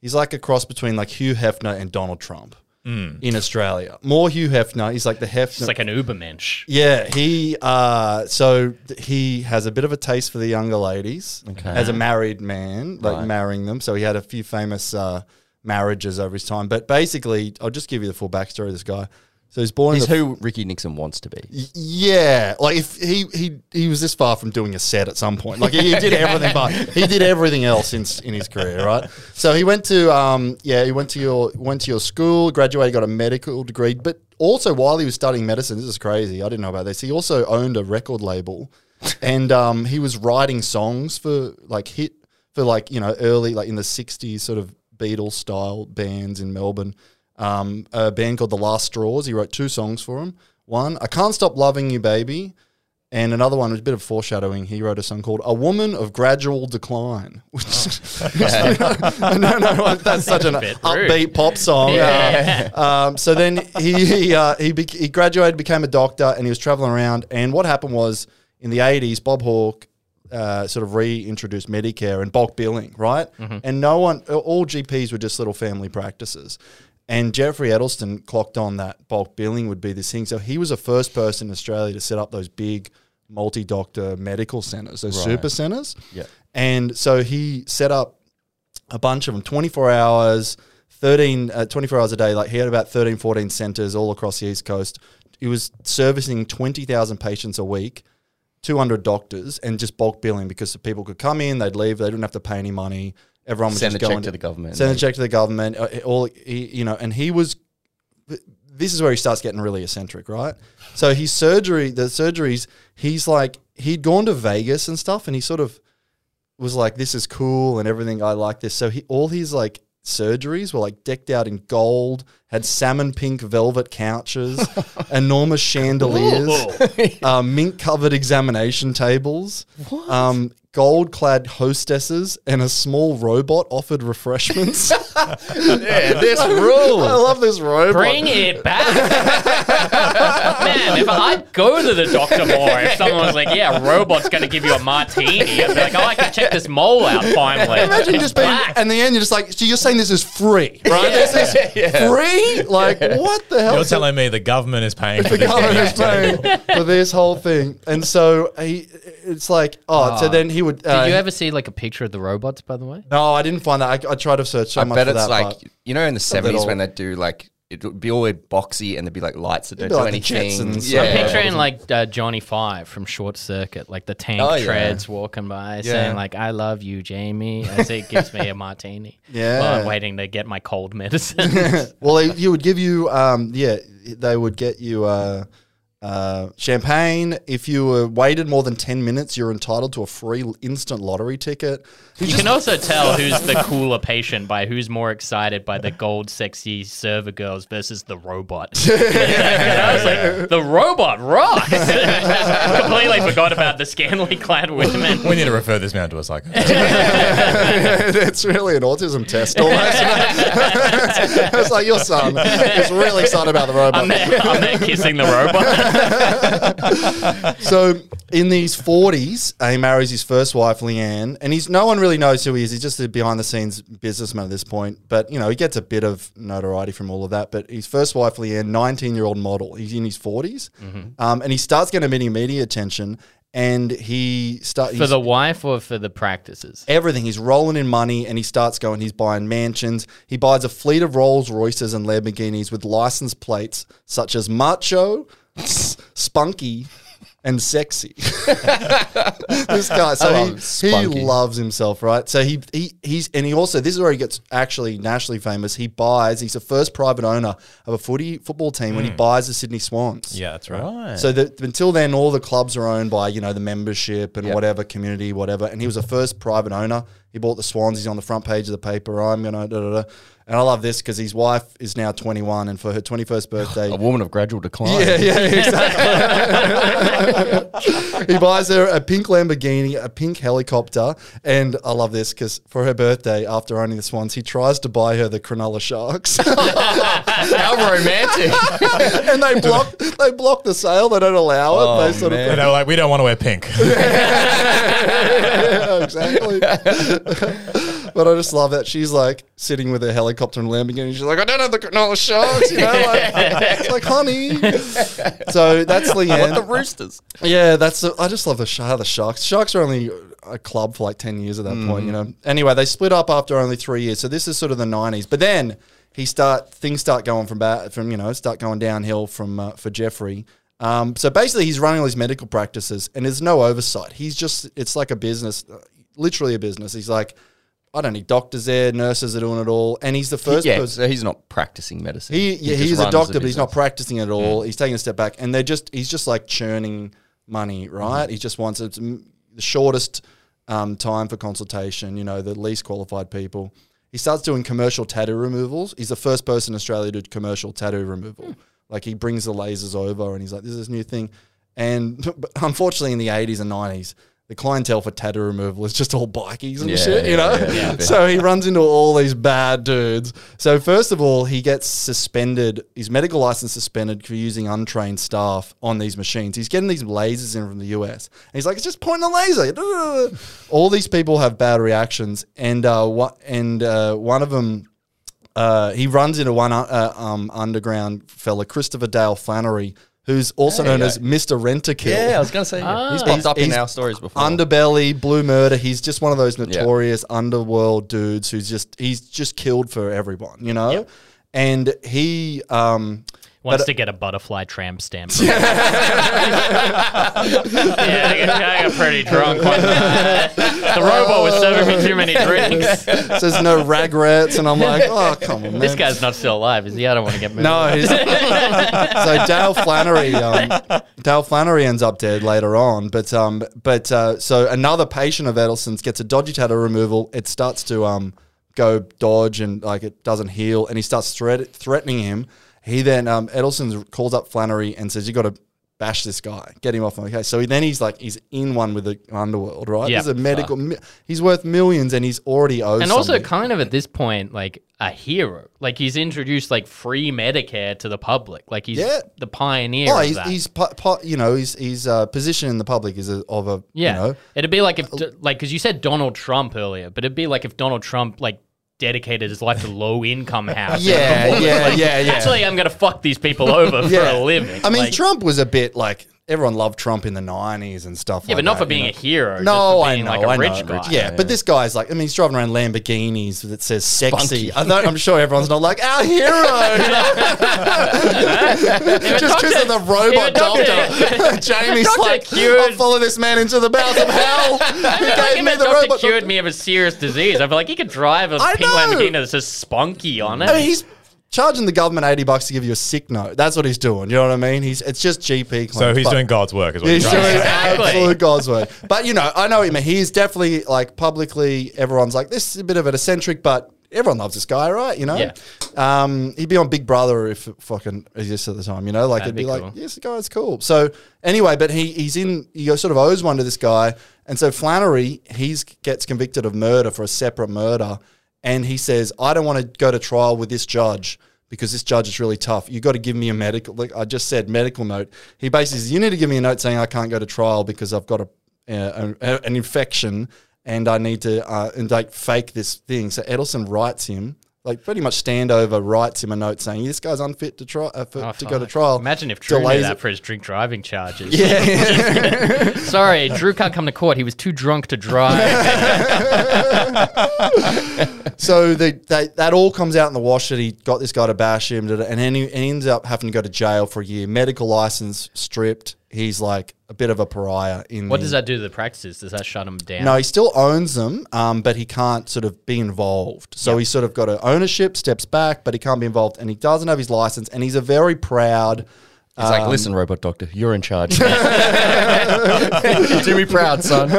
Speaker 1: he's like a cross between like Hugh Hefner and Donald Trump in Australia. More Hugh Hefner. He's like the Hefner.
Speaker 7: It's like an Ubermensch.
Speaker 1: Yeah, he uh, so th- he has a bit of a taste for the younger ladies as a married man, like marrying them. So he had a few famous uh, marriages over his time. But basically, I'll just give you the full backstory of this guy. So he's born
Speaker 2: He's
Speaker 1: in the
Speaker 2: who Ricky Nixon wants to be.
Speaker 1: Y- Yeah, like if he he he was this far from doing a set at some point. Like he, he did everything, but he did everything else in s- in his career, right? So he went to um yeah he went to your went to your school, graduated, got a medical degree, but also while he was studying medicine, this is crazy. I didn't know about this. He also owned a record label, and um he was writing songs for like hit for like you know early like in the '60s sort of Beatles style bands in Melbourne. Um, a band called The Last Straws. He wrote two songs for them. One, I Can't Stop Loving You, Baby, and another one was a bit of foreshadowing. He wrote a song called "A Woman of Gradual Decline," which no, no, no, that's such an
Speaker 7: Oh. bit rude.
Speaker 1: upbeat pop song.
Speaker 7: Yeah.
Speaker 1: Um, so then he he uh, he, bec he graduated, became a doctor, and he was traveling around. And what happened was in the eighties, Bob Hawke. Uh, sort of reintroduced Medicare and bulk billing, right? And no one, all GPs were just little family practices. And Jeffrey Edelston clocked on that bulk billing would be this thing. So he was the first person in Australia to set up those big multi doctor medical centers, those super centers. Yeah. And so he set up a bunch of them 24 hours 13 uh, 24 hours a day like he had about 13 14 centers all across the east coast he was servicing 20,000 patients a week 200 doctors and just bulk billing because the people could come in they'd leave they didn't have to pay any money everyone was
Speaker 2: Send
Speaker 1: just
Speaker 2: the check
Speaker 1: going
Speaker 2: to the government.
Speaker 1: send a check to the government uh, all he, you know and he was this is where he starts getting really eccentric, right? So his surgery, the surgeries, he's like he'd gone to Vegas and stuff, and he sort of was like, "This is cool and everything. I like this." So he all his like surgeries were like decked out in gold, had salmon pink velvet couches, enormous chandeliers, uh, mink covered examination tables, um, gold clad hostesses, and a small robot offered refreshments.
Speaker 2: yeah, this rule.
Speaker 1: I love this robot.
Speaker 7: Bring it back. Man, if I'd go to the doctor more if someone was like, yeah, a robot's going to give you a martini, I'd be like, oh, I can check this mole out finally.
Speaker 1: Imagine
Speaker 7: It's
Speaker 1: just being,
Speaker 7: black.
Speaker 1: and the end, you're just like, so you're saying this is free, right? This is free? Like, what the hell?
Speaker 3: You're telling me the government is paying for
Speaker 1: Oh, the
Speaker 3: this.
Speaker 1: government is
Speaker 3: meeting.
Speaker 1: paying for this whole thing. And so he, it's like, oh, so then he would. Uh,
Speaker 4: Did you ever see like a picture of the robots, by the way?
Speaker 1: No, I didn't find that. I, I tried to search so
Speaker 2: I
Speaker 1: much
Speaker 2: bet
Speaker 1: for
Speaker 2: it's
Speaker 1: that,
Speaker 2: like
Speaker 1: but-
Speaker 2: you know in the seventies
Speaker 1: little-
Speaker 2: when they do like it would be all boxy and there'd be like lights that don't
Speaker 1: be
Speaker 2: do
Speaker 1: like the
Speaker 2: anything.
Speaker 1: Jetsons.
Speaker 2: Yeah,
Speaker 1: I'm
Speaker 4: I'm picturing like uh, Johnny Five from Short Circuit, like the tank
Speaker 2: Oh, yeah.
Speaker 4: treads walking by, saying like "I love you, Jamie," as he gives me a martini.
Speaker 1: Yeah.
Speaker 4: while I'm waiting to get my cold medicine.
Speaker 1: Well, they, you would give you, um, yeah, they would get you uh, uh, champagne. If you were waited more than 10 minutes, you're entitled to a free instant lottery ticket.
Speaker 4: you can also tell who's the cooler patient by who's more excited by the gold, sexy server girls versus the robot. And I was like, the robot rocks.
Speaker 7: Completely forgot about the scantily clad women.
Speaker 3: We need to refer this man to a psychiatrist.
Speaker 1: it's really an autism test almost. it's like your son is really excited about the robot.
Speaker 7: I'm there, I'm there kissing the robot.
Speaker 1: so in these 40s, he marries his first wife, Leanne, and he's no one really knows who he is. He's just a behind the scenes businessman at this point. But, you know, he gets a bit of notoriety from all of that. But his first wife,
Speaker 4: Mm-hmm.
Speaker 1: Leanne, 19 year old model, he's in his 40s, um, and he starts getting a bit of media attention. and he starts
Speaker 4: for the wife or for the practices?
Speaker 1: everything. He's rolling in money and he starts going, he's buying mansions. He buys a fleet of Rolls Royces and Lamborghinis with license plates such as Macho, Spunky, and Sexy. this guy. So he,
Speaker 2: I love
Speaker 1: he
Speaker 2: Spunky.
Speaker 1: loves himself, right? So he, he he's and he also this is where he gets actually nationally famous. He buys, he's the first private owner of a footy football team
Speaker 2: Hmm.
Speaker 1: when he buys the Sydney Swans.
Speaker 3: Yeah, that's right.
Speaker 1: So that until then, all the clubs are owned by you know the membership and
Speaker 2: Yep.
Speaker 1: whatever community, whatever. And he was the first private owner. He bought the Swans. He's on the front page of the paper. I'm gonna. Da, da, da. And I love this because his wife is now 21, and for her 21st birthday,
Speaker 2: A woman of gradual decline.
Speaker 1: yeah, yeah, exactly. he buys her a pink Lamborghini, a pink helicopter, and I love this because for her birthday, after owning the Swans, he tries to buy her the Cronulla Sharks.
Speaker 2: How romantic.
Speaker 1: and they block they block the sale. They don't allow it.
Speaker 2: Oh,
Speaker 1: they sort
Speaker 3: And they're like, we don't want to wear pink.
Speaker 1: of exactly. but I just love that she's like sitting with her helicopter and Lamborghini. She's like, I don't have the Cronulla Sharks. You know, like, it's like honey. So that's Leanne.
Speaker 2: the Roosters.
Speaker 1: Yeah, that's. The, I just love the sh- how the Sharks. Sharks are only a club for like ten years at that point, you know. Anyway, they split up after only three years, so this is sort of the nineties. But then he start things start going from bad from you know start going downhill from uh, for Jeffrey. Um, so basically, he's running all his medical practices, and there's no oversight. He's just it's like a business, uh, literally a business. He's like, I don't need doctors there, nurses are doing it all, and he's the first
Speaker 2: yeah,
Speaker 1: person.
Speaker 2: so he's not practicing medicine.
Speaker 1: He, yeah,
Speaker 2: just
Speaker 1: he's a
Speaker 2: runs the
Speaker 1: doctor, but he's not
Speaker 2: business.
Speaker 1: practicing at all. He's taking a step back, and they're just he's just like churning money,
Speaker 2: Mm-hmm.
Speaker 1: right? He just wants it's m- the shortest um, time for consultation. You know, the least qualified people. He starts doing commercial tattoo removals. He's the first person in Australia to do commercial tattoo removal.
Speaker 2: Hmm.
Speaker 1: Like he brings the lasers over, and he's like, "This is this new thing." And but unfortunately, in the eighties and nineties. The clientele for tattoo removal is just all bikies and
Speaker 2: Yeah,
Speaker 1: shit, you
Speaker 2: yeah,
Speaker 1: know.
Speaker 2: yeah, yeah.
Speaker 1: So he runs into all these bad dudes. So first of all, he gets suspended, his medical license suspended for using untrained staff on these machines. He's getting these lasers in from the US, and he's like, "It's just pointing a laser." All these people have bad reactions, and uh, wha- and uh, one of them uh, he runs into one uh, um, underground fella, Christopher Dale Flannery, who's also known as Mister Rentakill.
Speaker 2: Yeah, I was going to say. He's popped up in
Speaker 1: he's
Speaker 2: our stories before.
Speaker 1: Underbelly, Blue Murder. He's just one of those notorious underworld dudes who's just he's just killed for everyone, you know. And he, um,
Speaker 7: Wants to get a butterfly tram stamp. yeah, I got, I got pretty drunk one night. The robot was serving me too many drinks.
Speaker 1: says no rag rats, and I'm like, oh come on, man.
Speaker 7: This guy's not still alive, is he? I don't want to get moved.
Speaker 1: No, he's, so Dale Flannery, um, Dale Flannery ends up dead later on, but um, but uh, so another patient of Edelson's gets a dodgy tattoo removal. It starts to um go dodge and like it doesn't heal, and he starts threat- threatening him. He then um, Edelson calls up Flannery and says, "You got to." Bash this guy, get him off my case. So he- then he's like, he's in one with the underworld, right?
Speaker 7: Yeah.
Speaker 1: He's a medical. mi- he's worth millions, and he's already owed.
Speaker 4: And also,
Speaker 1: something.
Speaker 4: kind of at this point, like a hero. Like he's introduced like free Medicare to the public. Like he's
Speaker 1: Yeah.
Speaker 4: the pioneer.
Speaker 1: Oh,
Speaker 4: of
Speaker 1: he's,
Speaker 4: that.
Speaker 1: he's pu- pu- you know, he's he's uh, position in the public is a, of a
Speaker 4: Yeah,
Speaker 1: you know,
Speaker 4: it'd be like if like because you said Donald Trump earlier, but it'd be like if Donald Trump like dedicated his life to low income houses.
Speaker 1: yeah, yeah, yeah, yeah.
Speaker 4: Actually, I'm gonna fuck these people over
Speaker 1: yeah.
Speaker 4: for a living.
Speaker 1: I mean,
Speaker 4: Like,
Speaker 1: Trump was a bit like everyone loved Trump in the nineties and stuff.
Speaker 4: yeah,
Speaker 1: like
Speaker 4: but not
Speaker 1: that,
Speaker 4: for
Speaker 1: you
Speaker 4: being
Speaker 1: know?
Speaker 4: a hero. just
Speaker 1: No,
Speaker 4: for
Speaker 1: I
Speaker 4: being,
Speaker 1: know,
Speaker 4: like a
Speaker 1: I know.
Speaker 4: rich guy.
Speaker 1: Yeah, but this guy's like, I mean, he's driving around Lamborghinis that says sexy. I know, I'm sure everyone's not like our hero, you know? just because of the robot
Speaker 4: doctor-
Speaker 1: doctor. Jamie's
Speaker 4: doctor
Speaker 1: like,
Speaker 4: cured-
Speaker 1: I'll follow this man into the bowels of hell. He
Speaker 4: Like
Speaker 1: gave
Speaker 4: if
Speaker 1: me
Speaker 4: a
Speaker 1: the
Speaker 4: doctor
Speaker 1: robot
Speaker 4: cured me of a serious disease, I feel like he could drive a
Speaker 1: I
Speaker 4: pink
Speaker 1: know.
Speaker 4: Lamborghini that says "spunky" on it.
Speaker 1: I mean, he's charging the government eighty bucks to give you a sick note. That's what he's doing. You know what I mean? He's it's just GP. Claims,
Speaker 3: so he's
Speaker 1: but-
Speaker 3: doing God's work, is what
Speaker 1: He's
Speaker 3: he's
Speaker 1: doing
Speaker 3: trying to say.
Speaker 4: Exactly.
Speaker 1: absolute God's work. But you know, I know him. He's definitely like publicly. Everyone's like, this is a bit of an eccentric, but everyone loves this guy, right? You know,
Speaker 4: Yeah.
Speaker 1: um, he'd be on Big Brother if it fucking exists at the time. You know, like
Speaker 4: That'd
Speaker 1: it'd be,
Speaker 4: be
Speaker 1: like,
Speaker 4: cool.
Speaker 1: yes, the guy's cool. So anyway, but he he's in. He sort of owes one to this guy, and so Flannery he's gets convicted of murder for a separate murder, and he says, I don't want to go to trial with this judge. Because this judge is really tough. You got to give me a medical. Like I just said, medical note. He basically says, "You need to give me a note saying I can't go to trial because I've got a, a, a uh, an infection and I need to uh, and like fake this thing." So Edelson writes him Like pretty much Standover writes him a note saying this guy's unfit to try uh, for,
Speaker 4: Oh,
Speaker 1: to go to
Speaker 4: fuck.
Speaker 1: trial.
Speaker 4: Imagine if Drew
Speaker 1: Delays
Speaker 4: knew that
Speaker 1: it.
Speaker 4: for his drink driving charges.
Speaker 1: Yeah.
Speaker 4: Sorry, Drew can't come to court. He was too drunk to drive.
Speaker 1: so they, they, that all comes out in the wash that he got this guy to bash him, da- da- and then he ends up having to go to jail for a year, medical license stripped. He's like a bit of a pariah in.
Speaker 4: what
Speaker 1: the-
Speaker 4: does that do to the practices? Does that shut him down?
Speaker 1: No, he still owns them, um, but he can't sort of be involved. So he's sort of got a ownership, steps back, but he can't be involved, and he doesn't have his license, and he's a very proud.
Speaker 2: It's like,
Speaker 1: Um,
Speaker 2: listen, robot doctor, you're in charge. Do me proud, son.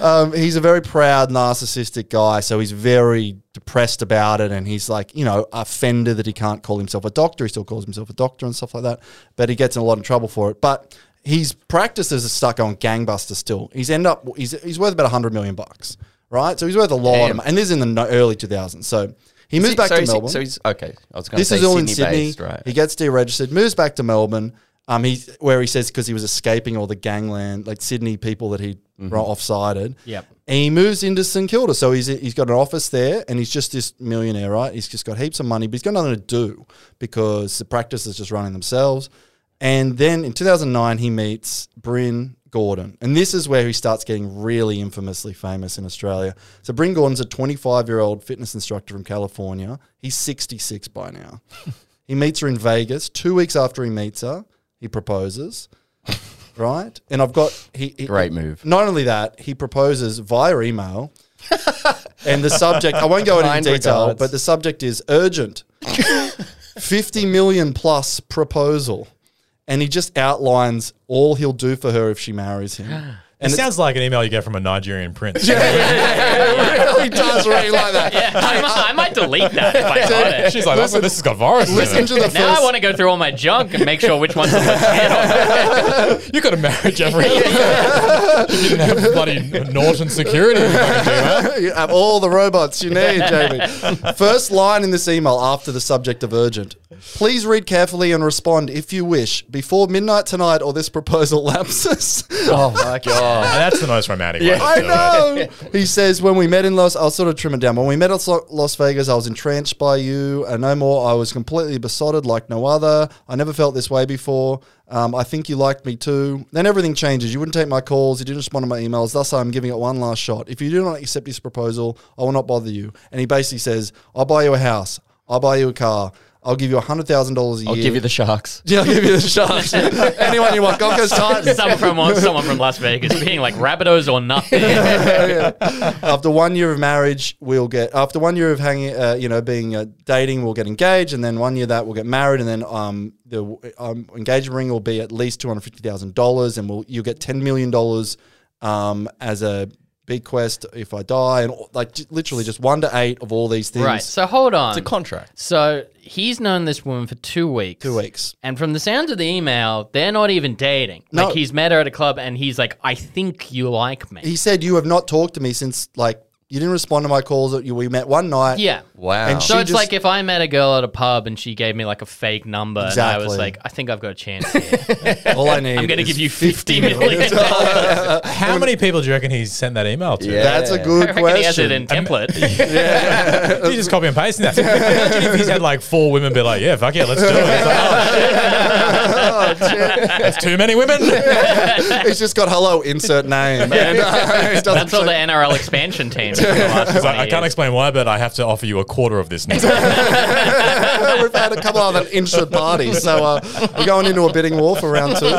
Speaker 1: um, he's a very proud, narcissistic guy, so he's very depressed about it, and he's like, you know, offended that he can't call himself a doctor. He still calls himself a doctor and stuff like that, but he gets in a lot of trouble for it. But he's practiced as a stuck on gangbuster still. He's end up he's he's worth about hundred million bucks, right? So he's worth a lot, of
Speaker 2: Damn.
Speaker 1: mon- and this is in the no- early 2000s. So he moves
Speaker 2: So-
Speaker 1: back
Speaker 2: so
Speaker 1: to
Speaker 2: he's-
Speaker 1: Melbourne.
Speaker 2: So he's okay. I was going to
Speaker 1: This
Speaker 2: say
Speaker 1: is all in
Speaker 2: Sydney
Speaker 1: Sydney.
Speaker 2: based, right?
Speaker 1: He gets deregistered, moves back to Melbourne. Um, he where he says because he was escaping all the gangland, like Sydney people that he mm offsided.
Speaker 4: Yep.
Speaker 1: And he moves into St Kilda, so he's he's got an office there, and he's just this millionaire, right? He's just got heaps of money, but he's got nothing to do because the practice is just running themselves. And then in 2009, he meets Bryn Gordon, and this is where he starts getting really infamously famous in Australia. So Bryn Gordon's a 25 year old fitness instructor from California. He's 66 by now. He meets her in Vegas. Two weeks after he meets her, he proposes. right? And I've got he, he-
Speaker 2: Great move.
Speaker 1: Not only that, he proposes via email. and the subject I won't go into
Speaker 2: Kind
Speaker 1: detail,
Speaker 2: regards.
Speaker 1: but the subject is urgent. 50 million plus proposal. And he just outlines all he'll do for her if she marries him.
Speaker 3: it
Speaker 1: And
Speaker 3: sounds like an email you get from a Nigerian prince.
Speaker 2: Oh,
Speaker 1: really does read like that.
Speaker 7: Yeah, I, might, I might delete that if I got it.
Speaker 3: She's like, "That's what this has got viruses.
Speaker 1: Listen
Speaker 3: in
Speaker 1: to the first
Speaker 7: Now I want to go through all my junk and make sure which one's on the head.
Speaker 3: it. You got to marry Jeffrey. you didn't have bloody Norton security.
Speaker 1: you have all the robots you need, Jamie. First line in this email after the subject of urgent. Please read carefully and respond if you wish before midnight tonight or this proposal lapses.
Speaker 2: oh my god!
Speaker 3: And that's the most romantic way. to
Speaker 1: I
Speaker 3: do it.
Speaker 1: know. he says, when we met in Las, I'll sort of trim it down. When we met at Lo- Las Vegas, I was entranced by you, and no more. I was completely besotted like no other. I never felt this way before. Um, I think you liked me too. Then everything changes. You wouldn't take my calls. You didn't respond to my emails. Thus, I'm giving it one last shot. If you do not accept this proposal, I will not bother you. And he basically says, I'll buy you a house. I'll buy you a car. I'll give you $100,000 a year.
Speaker 2: I'll give you the sharks.
Speaker 1: Yeah, I'll give you the sharks. Anyone you want. Gold Coast Titans.
Speaker 7: Someone from someone from Las Vegas being like Rabbitohs or nothing.
Speaker 1: after one year of marriage, we'll get after one year of hanging, uh, you know, being uh, dating, we'll get engaged, and then one year that we'll get married, and then um the um, engagement ring will be at least two hundred fifty thousand dollars, and we'll you'll get ten million dollars um as a bequest if I die, and like j- literally just one to eight of all these things.
Speaker 4: Right. So hold on.
Speaker 2: It's a contract.
Speaker 4: So he's known this woman for two weeks.
Speaker 1: Two weeks.
Speaker 4: And from the sounds of the email, they're not even dating.
Speaker 1: No.
Speaker 4: Like he's met her at a club and he's like, I think you like me.
Speaker 1: He said, "You have not talked to me since like you didn't respond to my calls. That you we met one night.
Speaker 4: yeah.
Speaker 2: Wow.
Speaker 1: And
Speaker 4: So
Speaker 1: She
Speaker 4: it's
Speaker 1: just-
Speaker 4: like if I met a girl at a pub and she gave me like a fake number and I was
Speaker 1: Exactly.
Speaker 4: like, I think I've got a chance here.
Speaker 1: all I need.
Speaker 7: I'm going to
Speaker 1: is
Speaker 7: give you 50 million.
Speaker 3: How many people do you reckon he sent that email to?
Speaker 2: Yeah.
Speaker 1: That's a
Speaker 7: I
Speaker 1: good
Speaker 7: reckon he has it
Speaker 1: question.
Speaker 7: in template.
Speaker 3: He's just copy and pasting that. Imagine if he's had like four women be like, yeah, fuck yeah, let's do it. It's like, oh,
Speaker 1: Oh, shit.
Speaker 3: shit, that's too many women. Yeah,
Speaker 1: He's just got hello insert name. uh,
Speaker 7: That's all the NRL expansion team. for the last
Speaker 3: He's
Speaker 7: 20
Speaker 3: like, I can't
Speaker 7: years.
Speaker 3: explain why, but I have to offer you a quarter of this now.
Speaker 1: We've had a couple of other interested parties, so uh, we're going into a bidding war for round two.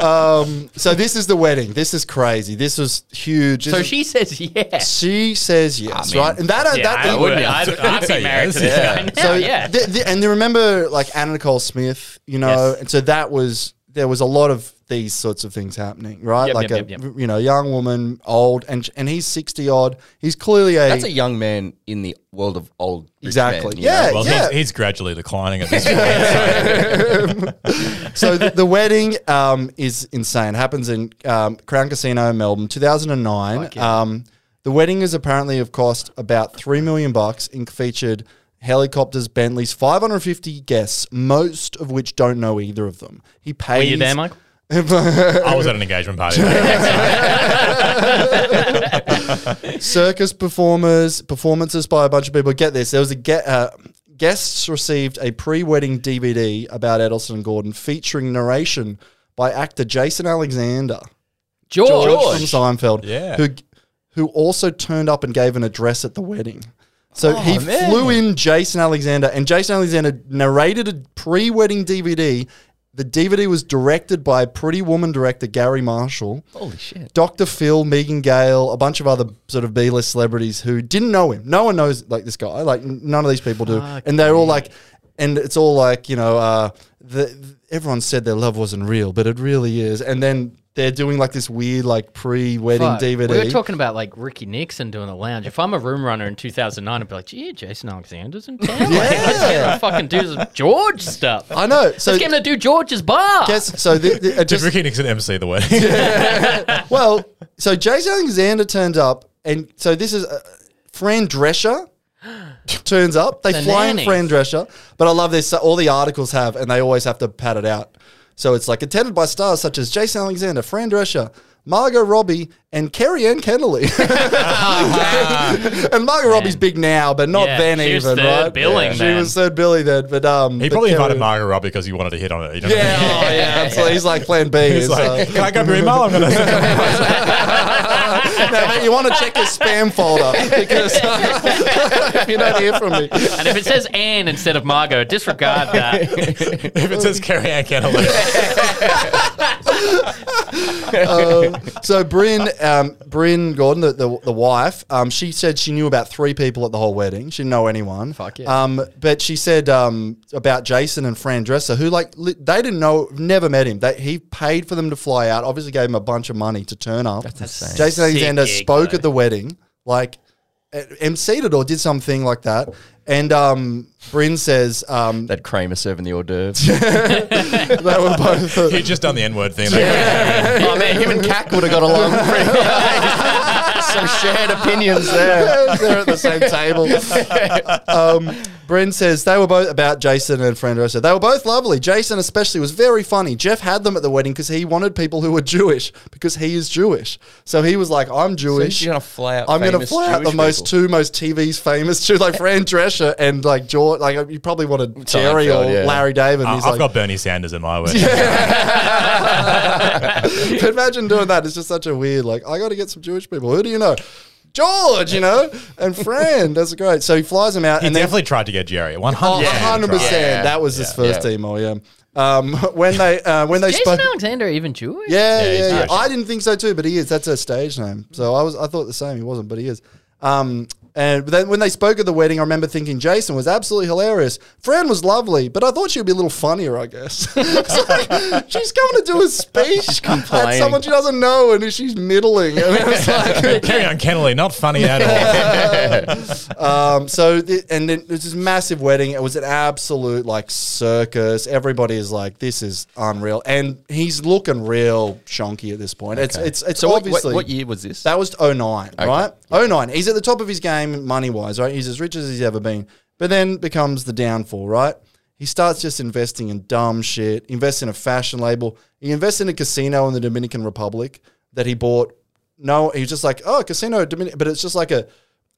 Speaker 1: Um, so this is the wedding. This is crazy. This was huge.
Speaker 4: so
Speaker 1: This-
Speaker 4: she says yes.
Speaker 1: she says yes, right? And that,
Speaker 7: Ah,
Speaker 1: uh,
Speaker 7: Yeah,
Speaker 1: that
Speaker 7: I would. I'd, I'd
Speaker 3: say
Speaker 7: be married
Speaker 3: yes,
Speaker 7: to this
Speaker 3: yeah.
Speaker 7: guy now.
Speaker 1: so
Speaker 7: yeah.
Speaker 1: th- th- and they remember like Anna Nicole Smith, you know,
Speaker 7: Yes.
Speaker 1: and so that was there was a lot of these sorts of things happening, right?
Speaker 7: Yep,
Speaker 1: like
Speaker 7: yep,
Speaker 1: a
Speaker 7: yep, yep.
Speaker 1: you know young woman, old, and and he's sixty odd. He's clearly a
Speaker 2: That's a young man in the world of old. rich
Speaker 1: Exactly.
Speaker 2: men, you
Speaker 1: Yeah.
Speaker 2: know?
Speaker 3: Well,
Speaker 1: Yeah.
Speaker 3: he's, he's gradually declining at this point.
Speaker 1: so the, the wedding um, is insane. Happens in um, Crown Casino, Melbourne, 2009. Um, the wedding is apparently have cost about three million bucks. In featured helicopters, Bentleys, 550 guests, most of which don't know either of them. He pays.
Speaker 7: Were you there, Michael?
Speaker 3: I was at an engagement party.
Speaker 1: circus performers, performances by a bunch of people. Get this: there was a get. Uh, guests received a pre-wedding DVD about Edelson and Gordon, featuring narration by actor Jason Alexander,
Speaker 4: George.
Speaker 1: from Seinfeld,
Speaker 3: Yeah.
Speaker 1: who who also turned up and gave an address at the wedding. So he
Speaker 3: Oh, man.
Speaker 1: flew in Jason Alexander, and Jason Alexander narrated a pre-wedding DVD. The DVD was directed by Pretty Woman director Gary Marshall.
Speaker 2: Holy shit.
Speaker 1: Dr. Phil, Megan Gale, a bunch of other sort of B-list celebrities who didn't know him. No one knows like this guy. Like n- none of these people do.
Speaker 4: Ah,
Speaker 1: And they're all like, and it's all like you know, uh, the, th- everyone said their love wasn't real, but it really is. And then they're doing like this weird like pre-wedding
Speaker 4: Fuck.
Speaker 1: DVD.
Speaker 4: We were talking about like Ricky Nixon doing the lounge. If I'm a room runner in 2009, I'd be like, gee, Jason Alexander's in town. yeah. Like, let's get him to fucking do some George stuff.
Speaker 1: I know. So
Speaker 4: let's get him to do George's bar.
Speaker 1: guess so. The, the, uh,
Speaker 3: Did
Speaker 1: just,
Speaker 3: Ricky Nixon MC the wedding?
Speaker 1: well, so Jason Alexander turns up, and so this is uh, Fran Drescher turns up. They
Speaker 4: The
Speaker 1: fly
Speaker 4: nanny.
Speaker 1: in Fran Drescher, but I love this. So all the articles have, and they always have to pat it out. So it's like attended by stars such as Jason Alexander, Fran Drescher. Margot Robbie and Kerry Ann Kennelly.
Speaker 4: Oh,
Speaker 1: and Margot Robbie's big now, but not
Speaker 4: Yeah,
Speaker 1: then
Speaker 4: she was
Speaker 1: even,
Speaker 4: third
Speaker 1: right?
Speaker 4: billing
Speaker 1: she
Speaker 4: then.
Speaker 1: was third Billy then, but um
Speaker 3: he
Speaker 1: but
Speaker 3: probably invited
Speaker 1: Kerry-
Speaker 3: Margaret Robbie because he wanted to hit on her. You know what I
Speaker 1: Yeah,
Speaker 3: mean?
Speaker 1: oh, yeah, absolutely. He's like plan B. uh,
Speaker 3: He's
Speaker 1: It's
Speaker 3: like, can I grab your email? I'm gonna.
Speaker 1: no, but you want to check your spam folder because you don't hear from me.
Speaker 4: And if it says Anne instead of Margot, disregard that.
Speaker 3: if it says Carrie Ann Cantillon,
Speaker 1: Um, so Bryn, um, Bryn Gordon, the, the, the wife, um, she said she knew about three people at the whole wedding. She didn't know anyone.
Speaker 4: Fuck yeah.
Speaker 1: Um, but she said um, about Jason and Fran Dresser, who like li- they didn't know, never met him. They, he paid for them to fly out. Obviously, gave him a bunch of money to turn up.
Speaker 2: insane.
Speaker 1: Jason Alexander
Speaker 4: gig,
Speaker 1: spoke
Speaker 4: though.
Speaker 1: at the wedding, like uh, emceed it or did something like that. And um, Bryn says um,
Speaker 2: That Kramer serving the hors d'oeuvres.
Speaker 1: they were both.
Speaker 3: he'd just done the N word thing.
Speaker 2: oh man, him and Cack would have got along. pretty well. Some shared opinions there.
Speaker 1: They're at the same table. um, Bryn says they were both about Jason and Fran Rosa. They were both lovely. Jason especially was very funny. Jeff had them at the wedding because he wanted people who were Jewish because he is Jewish. So he was like, "I'm Jewish."
Speaker 2: you're gonna fly out
Speaker 1: I'm gonna
Speaker 2: famous
Speaker 1: fly out the
Speaker 2: Jewish
Speaker 1: most
Speaker 2: people.
Speaker 1: two most TV's famous Jew like Fran Drescher and like George. Like you probably wanted Jerry or
Speaker 2: Seinfeld, yeah.
Speaker 1: Larry David.
Speaker 3: Uh, I've
Speaker 1: He's like,
Speaker 3: got Bernie Sanders in my wedding.
Speaker 1: but imagine doing that. It's just such a weird, like, I got to get some Jewish people. Who do you know? George, you know? And Fran. That's great. So he flies him out.
Speaker 3: He
Speaker 1: and
Speaker 3: definitely tried to get Jerry. One
Speaker 1: Then, oh,
Speaker 3: hundred.
Speaker 1: 100%. That was his first
Speaker 2: Yeah.
Speaker 1: team. Oh, yeah. Um, when they, uh, when they
Speaker 4: Jason
Speaker 1: spoke.
Speaker 4: Alexander even Jewish?
Speaker 1: Yeah,
Speaker 3: Yeah,
Speaker 1: yeah,
Speaker 3: he's
Speaker 1: yeah.
Speaker 3: Jewish.
Speaker 1: I didn't think so too, but he is. That's a stage name. So I was, I thought the same. He wasn't, but he is. Um, and then when they spoke at the wedding, I remember thinking Jason was absolutely hilarious. Fran was lovely, but I thought she would be a little funnier, I guess. It's like, she's coming to do a speech. She's
Speaker 2: complaining.
Speaker 1: someone she doesn't know, and she's middling. And it was like,
Speaker 3: Carrie Ann Kennelly, not funny at all.
Speaker 1: um, so the, and then there's this massive wedding. It was an absolute like circus. Everybody is like, this is unreal, and he's looking real shonky at this point. It's it's it's
Speaker 2: So what, what,
Speaker 1: obviously
Speaker 2: what year was this?
Speaker 1: That was 09, right? 09. He's at the top of his game money wise, right? He's as rich as he's ever been. But then becomes the downfall, right? He starts just investing in dumb shit, invests in a fashion label. He invests in a casino in the Dominican Republic that he bought. No, he was just like, oh, casino, Dominican. But it's just like a.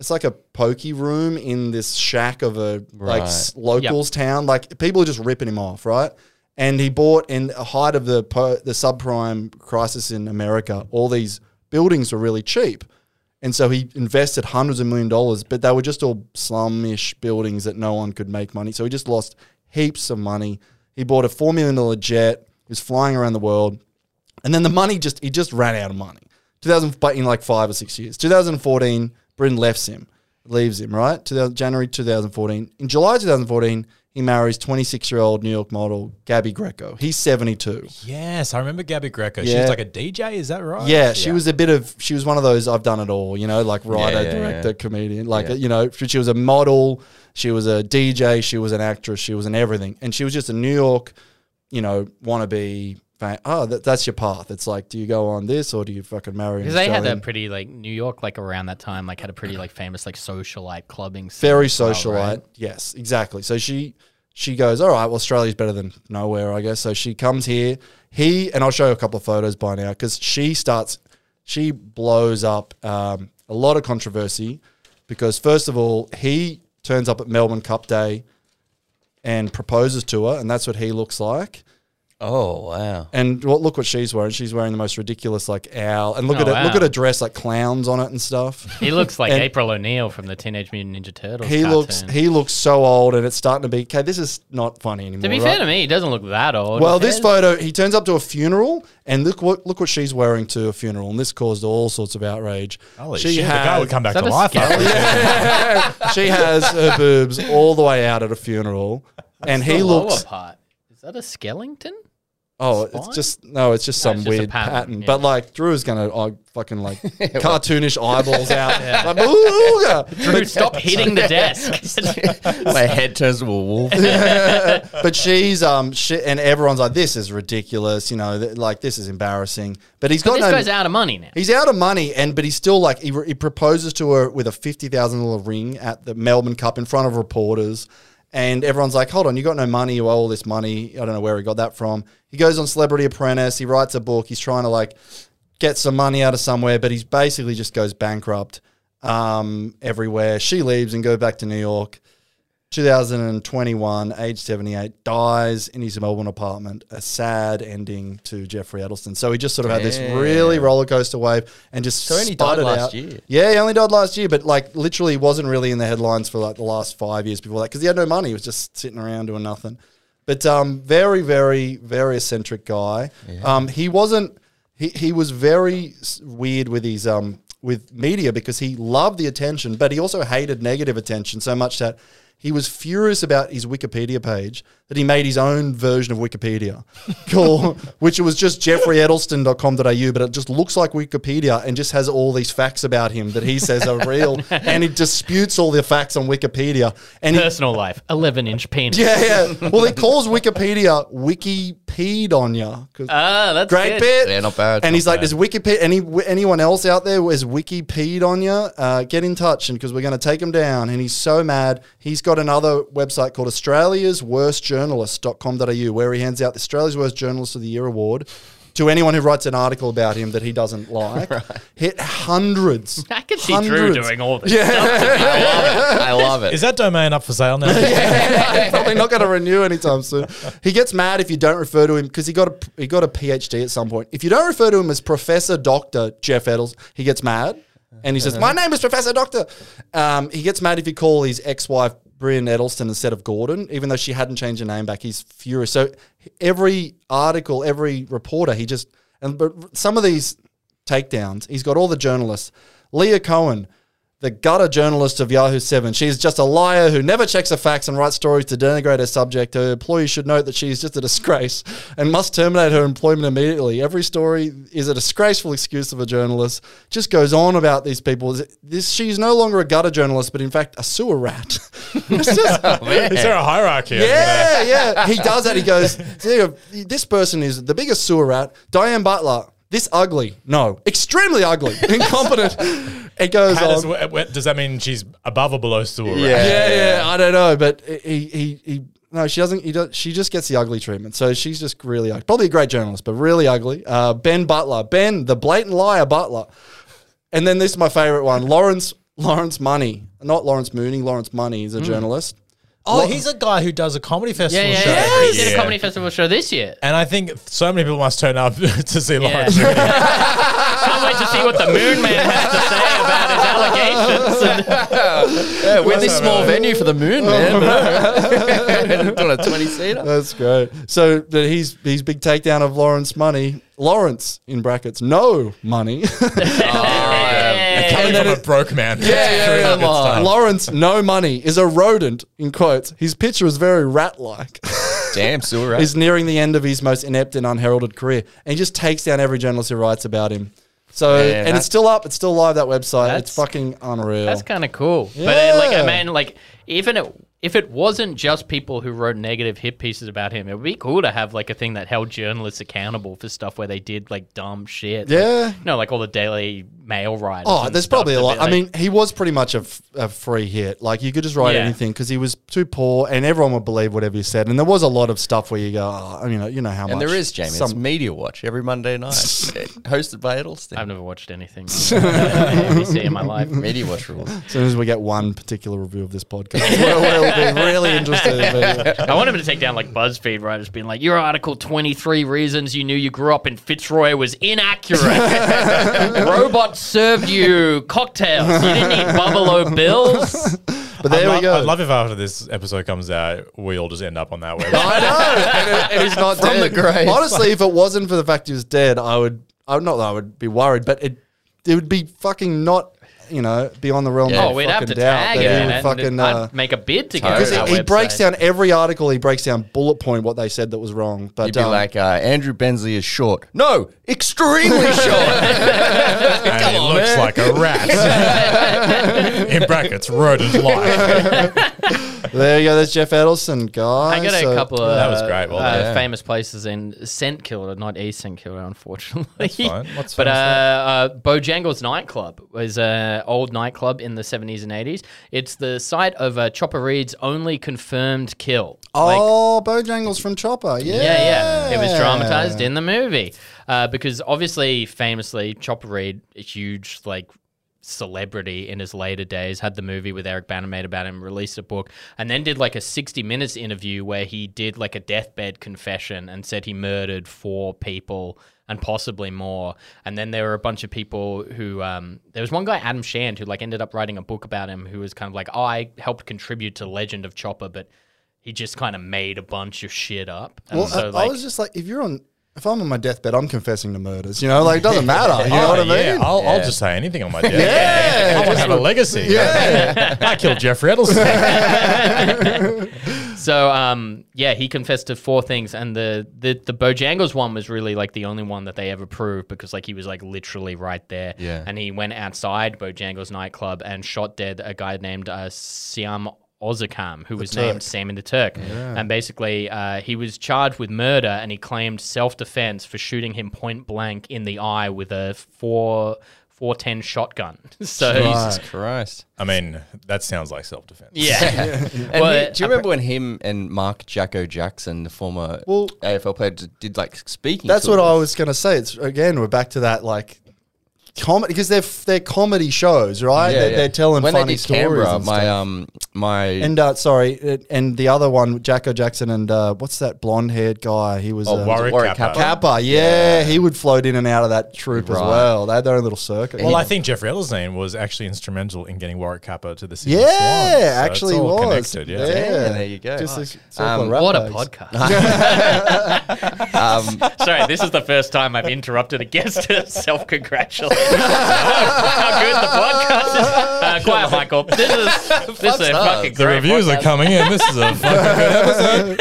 Speaker 1: It's like a pokey room in this shack of a like s- locals town. Like people are just ripping him off, right? and he bought in the height of the po- the subprime crisis in America. All these buildings were really cheap, and so he invested hundreds of million dollars, but they were just all slum-ish buildings that no one could make money. So he just lost heaps of money. He bought a four million dollar jet. He was flying around the world, and then the money just he just ran out of money. 2000 but in like five or six years. 2014, Bryn left him, leaves him. Right, 2000, January 2014. In July 2014, he marries 26 year old New York model Gabby Greco. He's 72.
Speaker 3: yes, I remember Gabby Greco. She
Speaker 1: Yeah.
Speaker 3: was like a DJ. Is that right?
Speaker 1: Yeah, she was a bit of she was one of those I've done it all, you know, like writer,
Speaker 2: Yeah, yeah,
Speaker 1: director,
Speaker 2: yeah.
Speaker 1: comedian, like you know, she she was a model, she was a DJ, she was an actress, she was an everything, and she was just a New York, you know, wannabe. Fan. Oh, that, that's your path. It's like, do you go on this or do you fucking marry? an
Speaker 4: Because they had
Speaker 1: Australian?
Speaker 4: that pretty like New York like around that time like had a pretty like famous like socialite clubbing scene
Speaker 1: very
Speaker 4: as well,
Speaker 1: socialite.
Speaker 4: right?
Speaker 1: Yes, exactly. So she she goes, all right, well, Australia's better than nowhere, I guess. So she comes here. He, and I'll show you a couple of photos by now, because she starts, she blows up um, a lot of controversy because, first of all, he turns up at Melbourne Cup Day and proposes to her, and that's what he looks like.
Speaker 2: Oh wow!
Speaker 1: And well, look what she's wearing. She's wearing the most ridiculous like owl, and look
Speaker 4: Oh,
Speaker 1: at it.
Speaker 4: wow.
Speaker 1: Look at her dress, like clowns on it and stuff.
Speaker 4: He looks like
Speaker 1: And-
Speaker 4: April O'Neil from the Teenage Mutant Ninja Turtles.
Speaker 1: He
Speaker 4: cartoon.
Speaker 1: looks he looks so old, and it's starting to be okay. This is not funny anymore.
Speaker 4: To be
Speaker 1: right?
Speaker 4: fair to me, he doesn't look that old.
Speaker 1: Well, this photo, he turns up to a funeral, and look what look what she's wearing to a funeral, and this caused all sorts of outrage.
Speaker 3: Holy shit, the guy would come back
Speaker 4: Is that
Speaker 3: to
Speaker 4: a
Speaker 3: life.
Speaker 4: scary-
Speaker 3: huh?
Speaker 1: she has her boobs all the way out at a funeral, and he
Speaker 4: The
Speaker 1: looks.
Speaker 4: lower part. Is that a skeleton?
Speaker 1: Oh,
Speaker 4: spine?
Speaker 1: it's just no, it's just
Speaker 4: No,
Speaker 1: some
Speaker 4: it's just a
Speaker 1: weird
Speaker 4: pattern,
Speaker 1: pattern.
Speaker 4: yeah.
Speaker 1: But like Drew is gonna uh, fucking like cartoonish eyeballs out. Like, "Ooga."
Speaker 4: Drew, stop hitting the desk.
Speaker 2: My head turns to a wolf.
Speaker 1: but she's um she, and everyone's like this is ridiculous you know th- like this is embarrassing but he's got
Speaker 4: this
Speaker 1: no
Speaker 4: guy's out of money now.
Speaker 1: he's out of money and but he's still like he, he proposes to her with a $50,000 ring at the Melbourne Cup in front of reporters and everyone's like hold on you got no money you owe all this money I don't know where he got that from he goes on Celebrity Apprentice he writes a book he's trying to like get some money out of somewhere but he's basically just goes bankrupt um everywhere she leaves and go back to New York 2021, age 78, dies in his Melbourne apartment. A sad ending to Jeffrey Adelson. So he just sort of had this really roller coaster wave and just so
Speaker 2: he only died last year.
Speaker 1: Yeah, he only died last year, but like literally wasn't really in the headlines for like the last five years before that because he had no money. He was just sitting around doing nothing. But um, very, very, very eccentric guy. Um, he wasn't. He, he was very s- weird with his um with media because he loved the attention, but he also hated negative attention so much that he was furious about his Wikipedia page that he made his own version of Wikipedia, called, which was just jeffreyedelson.com.au, but it just looks like Wikipedia and just has all these facts about him that he says are real. And he disputes all the facts on Wikipedia. And he,
Speaker 4: Personal life, 11 inch penis.
Speaker 1: yeah, yeah. Well, he calls Wikipedia Wikipedia on ya. 'cause-
Speaker 4: Ah, that's
Speaker 1: Great
Speaker 4: good.
Speaker 1: bit.
Speaker 2: Yeah, not bad,
Speaker 1: And
Speaker 2: not
Speaker 1: he's like, "Does Wikipedia any anyone else out there who has Wikipedia on you? Uh, get in touch, and because we're going to take him down." And he's so mad. He's got another website called Australia's Worst Journalist.com.au where he hands out the Australia's Worst Journalist of the Year award. To anyone who writes an article about him that he doesn't like, hit hundreds.
Speaker 4: I can see
Speaker 1: hundreds.
Speaker 4: Drew doing all this.
Speaker 2: I love it.
Speaker 3: Is that domain up for sale now?
Speaker 1: I'm probably not going to renew anytime soon. He gets mad if you don't refer to him because he got a he got a PhD at some point. If you don't refer to him as Professor Doctor Jeff Edels, he gets mad and he says, "My name is Professor Doctor." Um, he gets mad if you call his ex-wife Brian Edelston instead of Gordon, even though she hadn't changed her name back. He's furious. So every article, every reporter, he just and but some of these takedowns. He's got all the journalists. Leah Cohen, the gutter journalist of Yahoo 7. She is just a liar who never checks her facts and writes stories to denigrate her subject. Her employees should note that she is just a disgrace and must terminate her employment immediately. Every story is a disgraceful excuse of a journalist. Just goes on about these people. This She's no longer a gutter journalist, but in fact, a sewer rat. It's just-
Speaker 3: Is there a hierarchy? over there?
Speaker 1: yeah, yeah. He does that. He goes, "See, this person is the biggest sewer rat. Diane Butler, this ugly. No, extremely ugly, incompetent. It goes
Speaker 3: How
Speaker 1: on.
Speaker 3: does, wh- wh- does that mean she's above or below sewer? rat?
Speaker 1: yeah, yeah, I don't know, but he, he, he no, she doesn't. He does, she just gets the ugly treatment. So she's just really ugly. Probably a great journalist, but really ugly. Uh, ben Butler, Ben, the blatant liar Butler, and then this is my favorite one, Lawrence Lawrence Money, not Lawrence Mooney. Lawrence Money is a journalist.
Speaker 3: Oh, he's a guy who does a comedy
Speaker 4: Yeah,
Speaker 3: festival
Speaker 4: yeah, yeah.
Speaker 3: show.
Speaker 4: He did a comedy festival show this year.
Speaker 3: And I think so many people must turn up to see Lawrence.
Speaker 4: Yeah. Can't wait to see what the Moon Man has to say about his allegations.
Speaker 2: Yeah, we're this small venue for the moon,
Speaker 1: Oh.
Speaker 2: man. Doing a twenty seater.
Speaker 1: That's great. So that he's he's big takedown of Lawrence Money. Lawrence in brackets, no money.
Speaker 4: Oh,
Speaker 3: Coming
Speaker 1: And then
Speaker 2: um,
Speaker 3: from a
Speaker 1: it-
Speaker 3: broke man.
Speaker 1: Yeah, yeah, yeah.
Speaker 3: Good stuff.
Speaker 1: Lawrence, no money, is a rodent, in quotes. His picture is very rat like.
Speaker 2: Damn, sewer rat.
Speaker 1: He's nearing the end of his most inept and unheralded career. And he just takes down every journalist who writes about him. So,
Speaker 2: Yeah,
Speaker 1: and
Speaker 2: that's-
Speaker 1: it's still up. It's still live, that website.
Speaker 4: That's-
Speaker 1: It's fucking unreal.
Speaker 4: That's kind of cool. But uh, like,
Speaker 1: Yeah.
Speaker 4: I mean, like, even it, if it wasn't just people who wrote negative hit pieces about him, it would be cool to have like a thing that held journalists accountable for stuff where they did like dumb shit.
Speaker 1: Yeah.
Speaker 4: Like, no, like all the Daily Mail writers.
Speaker 1: Oh,
Speaker 4: and
Speaker 1: there's
Speaker 4: stuff
Speaker 1: probably a
Speaker 4: to be
Speaker 1: lot. I
Speaker 4: like-
Speaker 1: mean, he was pretty much a, f- a free hit. Like you could just write
Speaker 4: Yeah.
Speaker 1: anything because he was too poor, and everyone would believe whatever you said. And there was a lot of stuff where you go, oh, you know, you know how
Speaker 2: And
Speaker 1: much.
Speaker 2: there is, Jamie. It's
Speaker 1: Some,
Speaker 2: Media Watch every Monday night, hosted by Edelstein.
Speaker 4: I've never watched anything on ABC in my life.
Speaker 2: Media Watch rules.
Speaker 1: as soon as we get one particular review of this podcast, we'll, we'll be really interested. in it.
Speaker 4: I want him to take down like BuzzFeed writers being like, your article 23 reasons you knew you grew up in Fitzroy was inaccurate. Robots served you cocktails. You didn't eat Buffalo Bills.
Speaker 1: But there
Speaker 3: I'd
Speaker 1: we
Speaker 3: lo-
Speaker 1: go.
Speaker 3: I'd love if after this episode comes out, we all just end up on that website.
Speaker 1: I know. And, it, and he's not
Speaker 2: From
Speaker 1: dead.
Speaker 2: the grave.
Speaker 1: Honestly, if it wasn't for the fact he was dead, I would. I would not that I would be worried, but it it would be fucking not. You know, beyond the realm.
Speaker 2: Yeah.
Speaker 1: of
Speaker 4: Oh, we'd have
Speaker 1: fucking
Speaker 4: to
Speaker 1: doubt
Speaker 4: tag
Speaker 1: that
Speaker 4: it.
Speaker 1: he
Speaker 4: in
Speaker 1: would
Speaker 4: it.
Speaker 1: fucking.
Speaker 4: I'd
Speaker 1: uh,
Speaker 4: make a bid to get
Speaker 1: Because
Speaker 2: Because
Speaker 4: it.
Speaker 1: he,
Speaker 4: on our
Speaker 1: he breaks
Speaker 4: website.
Speaker 1: down every article. He breaks down bullet point what they said that was wrong. But
Speaker 2: You'd be
Speaker 1: um,
Speaker 2: like, uh, Andrew Bensley is short. No, extremely
Speaker 1: Oh,
Speaker 2: short.
Speaker 3: and it looks like a rat. In brackets, rodent life.
Speaker 1: there you go. There's Jeff Edelson, guys.
Speaker 4: I got
Speaker 1: So-
Speaker 4: a couple of
Speaker 3: That was great, well
Speaker 4: uh,
Speaker 3: done.
Speaker 4: famous places in St Kilda, not East St Kilda, unfortunately.
Speaker 3: fine. What's
Speaker 4: but uh,
Speaker 3: famous
Speaker 4: uh, Bojangles nightclub was an old nightclub in the seventies and eighties. It's the site of uh, Chopper Reed's only confirmed kill. Like,
Speaker 1: Oh, Bojangles from Chopper. Yeah,
Speaker 4: yeah, yeah. It was dramatized in the movie uh, because obviously, famously, Chopper Reed, a huge like celebrity in his later days, had the movie with Eric Banner made about him, released a book, and then did like a sixty minutes interview where he did like a deathbed confession and said he murdered four people. And possibly more. And then there were a bunch of people who, um, there was one guy, Adam Shand, who like ended up writing a book about him, who was kind of like, oh, I helped contribute to the legend of Chopper, but he just kind of made a bunch of shit up. And
Speaker 1: Well,
Speaker 4: so,
Speaker 1: I,
Speaker 4: like,
Speaker 1: I was just like, if you're on, if I'm on my deathbed, I'm confessing to murders. You know, like it doesn't matter. You know
Speaker 4: Oh,
Speaker 1: what I mean?
Speaker 3: Yeah, I'll, I'll just say anything on my death.
Speaker 1: Yeah,
Speaker 3: I want to have a legacy.
Speaker 1: Yeah.
Speaker 3: I killed Jeffrey Edelstein.
Speaker 4: so um, yeah, he confessed to four things, and the, the the Bojangles one was really like the only one that they ever proved because like he was like literally right there.
Speaker 2: Yeah.
Speaker 4: and he went outside Bojangles nightclub and shot dead a guy named uh, Siam. Ozakam, who was named Sammy the Turk. And basically, uh, he was charged with murder and he claimed self defense for shooting him point blank in the eye with a 4 410 shotgun. so,
Speaker 2: Jesus Christ.
Speaker 3: I mean, that sounds like self defense.
Speaker 4: yeah.
Speaker 2: And
Speaker 4: Well, uh,
Speaker 2: he- do you remember when him and Mark Jacko Jackson, the former
Speaker 1: Well-
Speaker 2: AFL player, d- did like speaking?
Speaker 1: That's what
Speaker 2: tours?
Speaker 1: I was going to say. It's again, we're back to that like comedy because they're f- they're comedy shows, right?
Speaker 2: Yeah,
Speaker 1: they're,
Speaker 2: yeah.
Speaker 1: they're telling
Speaker 2: when
Speaker 1: funny
Speaker 2: they did
Speaker 1: stories.
Speaker 2: Canberra,
Speaker 1: and
Speaker 2: my
Speaker 1: stuff.
Speaker 2: um my
Speaker 1: and uh, sorry, it- and the other one, Jacko Jackson, and uh, what's that blonde-haired guy? He was
Speaker 2: oh,
Speaker 1: uh,
Speaker 3: Warwick
Speaker 2: Warwick
Speaker 3: Kappa.
Speaker 2: Kappa.
Speaker 1: Kappa. Yeah, he would float in and out of that troop as
Speaker 2: Right.
Speaker 1: well. They had their own little circuit.
Speaker 3: Well, I think Jeffrey Edelstein was actually instrumental in getting Warwick Kappa to the Sydney
Speaker 1: yeah,
Speaker 3: Swans. So it's
Speaker 1: actually
Speaker 3: all
Speaker 1: was.
Speaker 3: connected, yeah.
Speaker 2: Yeah, there you go.
Speaker 1: Just a
Speaker 2: Nice.
Speaker 1: circle of
Speaker 2: Um,
Speaker 1: rat
Speaker 4: What a
Speaker 1: bags.
Speaker 4: podcast.
Speaker 2: um,
Speaker 4: Sorry, this is the first time I've interrupted a guest to self congratulate. How good the podcast is. Uh, quiet, Michael. This is, this is a fucking
Speaker 3: The
Speaker 4: great
Speaker 3: reviews
Speaker 4: podcast.
Speaker 3: are coming in. This is a fucking good episode.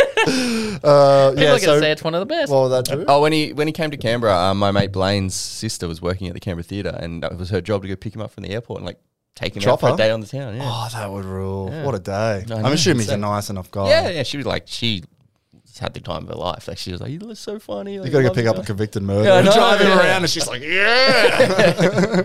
Speaker 1: Uh,
Speaker 4: People
Speaker 1: yeah,
Speaker 4: are going to
Speaker 1: so
Speaker 4: say it's one of the best.
Speaker 1: well, that true.
Speaker 2: oh, when he when he came to Canberra, uh, my mate Blaine's sister was working at the Canberra Theatre, and it was her job to go pick him up from the airport and like take him out for
Speaker 1: Chopper?
Speaker 2: a day on the town. Yeah.
Speaker 1: Oh, that would rule. What a day.
Speaker 2: I
Speaker 1: I'm
Speaker 2: know,
Speaker 1: assuming he's a
Speaker 2: insane.
Speaker 1: nice enough guy.
Speaker 2: Yeah, yeah. She was like, she just had the time of her life. Like she was like, you look so funny. Like,
Speaker 1: You got to
Speaker 2: I
Speaker 1: go
Speaker 2: love
Speaker 1: pick
Speaker 2: you
Speaker 1: up a
Speaker 2: guys."
Speaker 1: convicted murderer.
Speaker 2: Yeah, I know,
Speaker 1: drive him
Speaker 2: yeah.
Speaker 1: around, and she's like, "Yeah."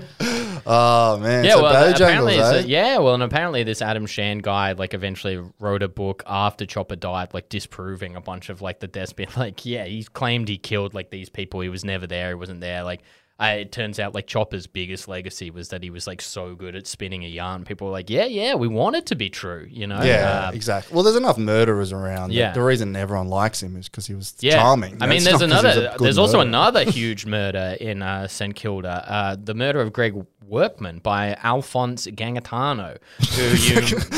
Speaker 1: oh man.
Speaker 4: yeah,
Speaker 1: so
Speaker 4: well,
Speaker 1: Bojangles,
Speaker 4: apparently,
Speaker 1: eh?
Speaker 4: so- yeah, well, and apparently this Adam Shand guy like eventually wrote a book after Chopper died, like disproving a bunch of like the deaths, being like, yeah, he claimed he killed like these people, he was never there, he wasn't there, like. I, it turns out like Chopper's biggest legacy was that he was like so good at spinning a yarn. People were like, yeah, yeah, we want it to be true, you know?
Speaker 1: Yeah,
Speaker 4: Um,
Speaker 1: exactly. Well, there's enough murderers around. that
Speaker 4: Yeah.
Speaker 1: The reason everyone likes him is because he was charming.
Speaker 4: I mean,
Speaker 1: It's
Speaker 4: there's
Speaker 1: not 'cause he was
Speaker 4: another.
Speaker 1: a good
Speaker 4: There's also
Speaker 1: murderer.
Speaker 4: another huge murder in uh, St Kilda. Uh, the murder of Greg Workman by Alphonse Gangitano, who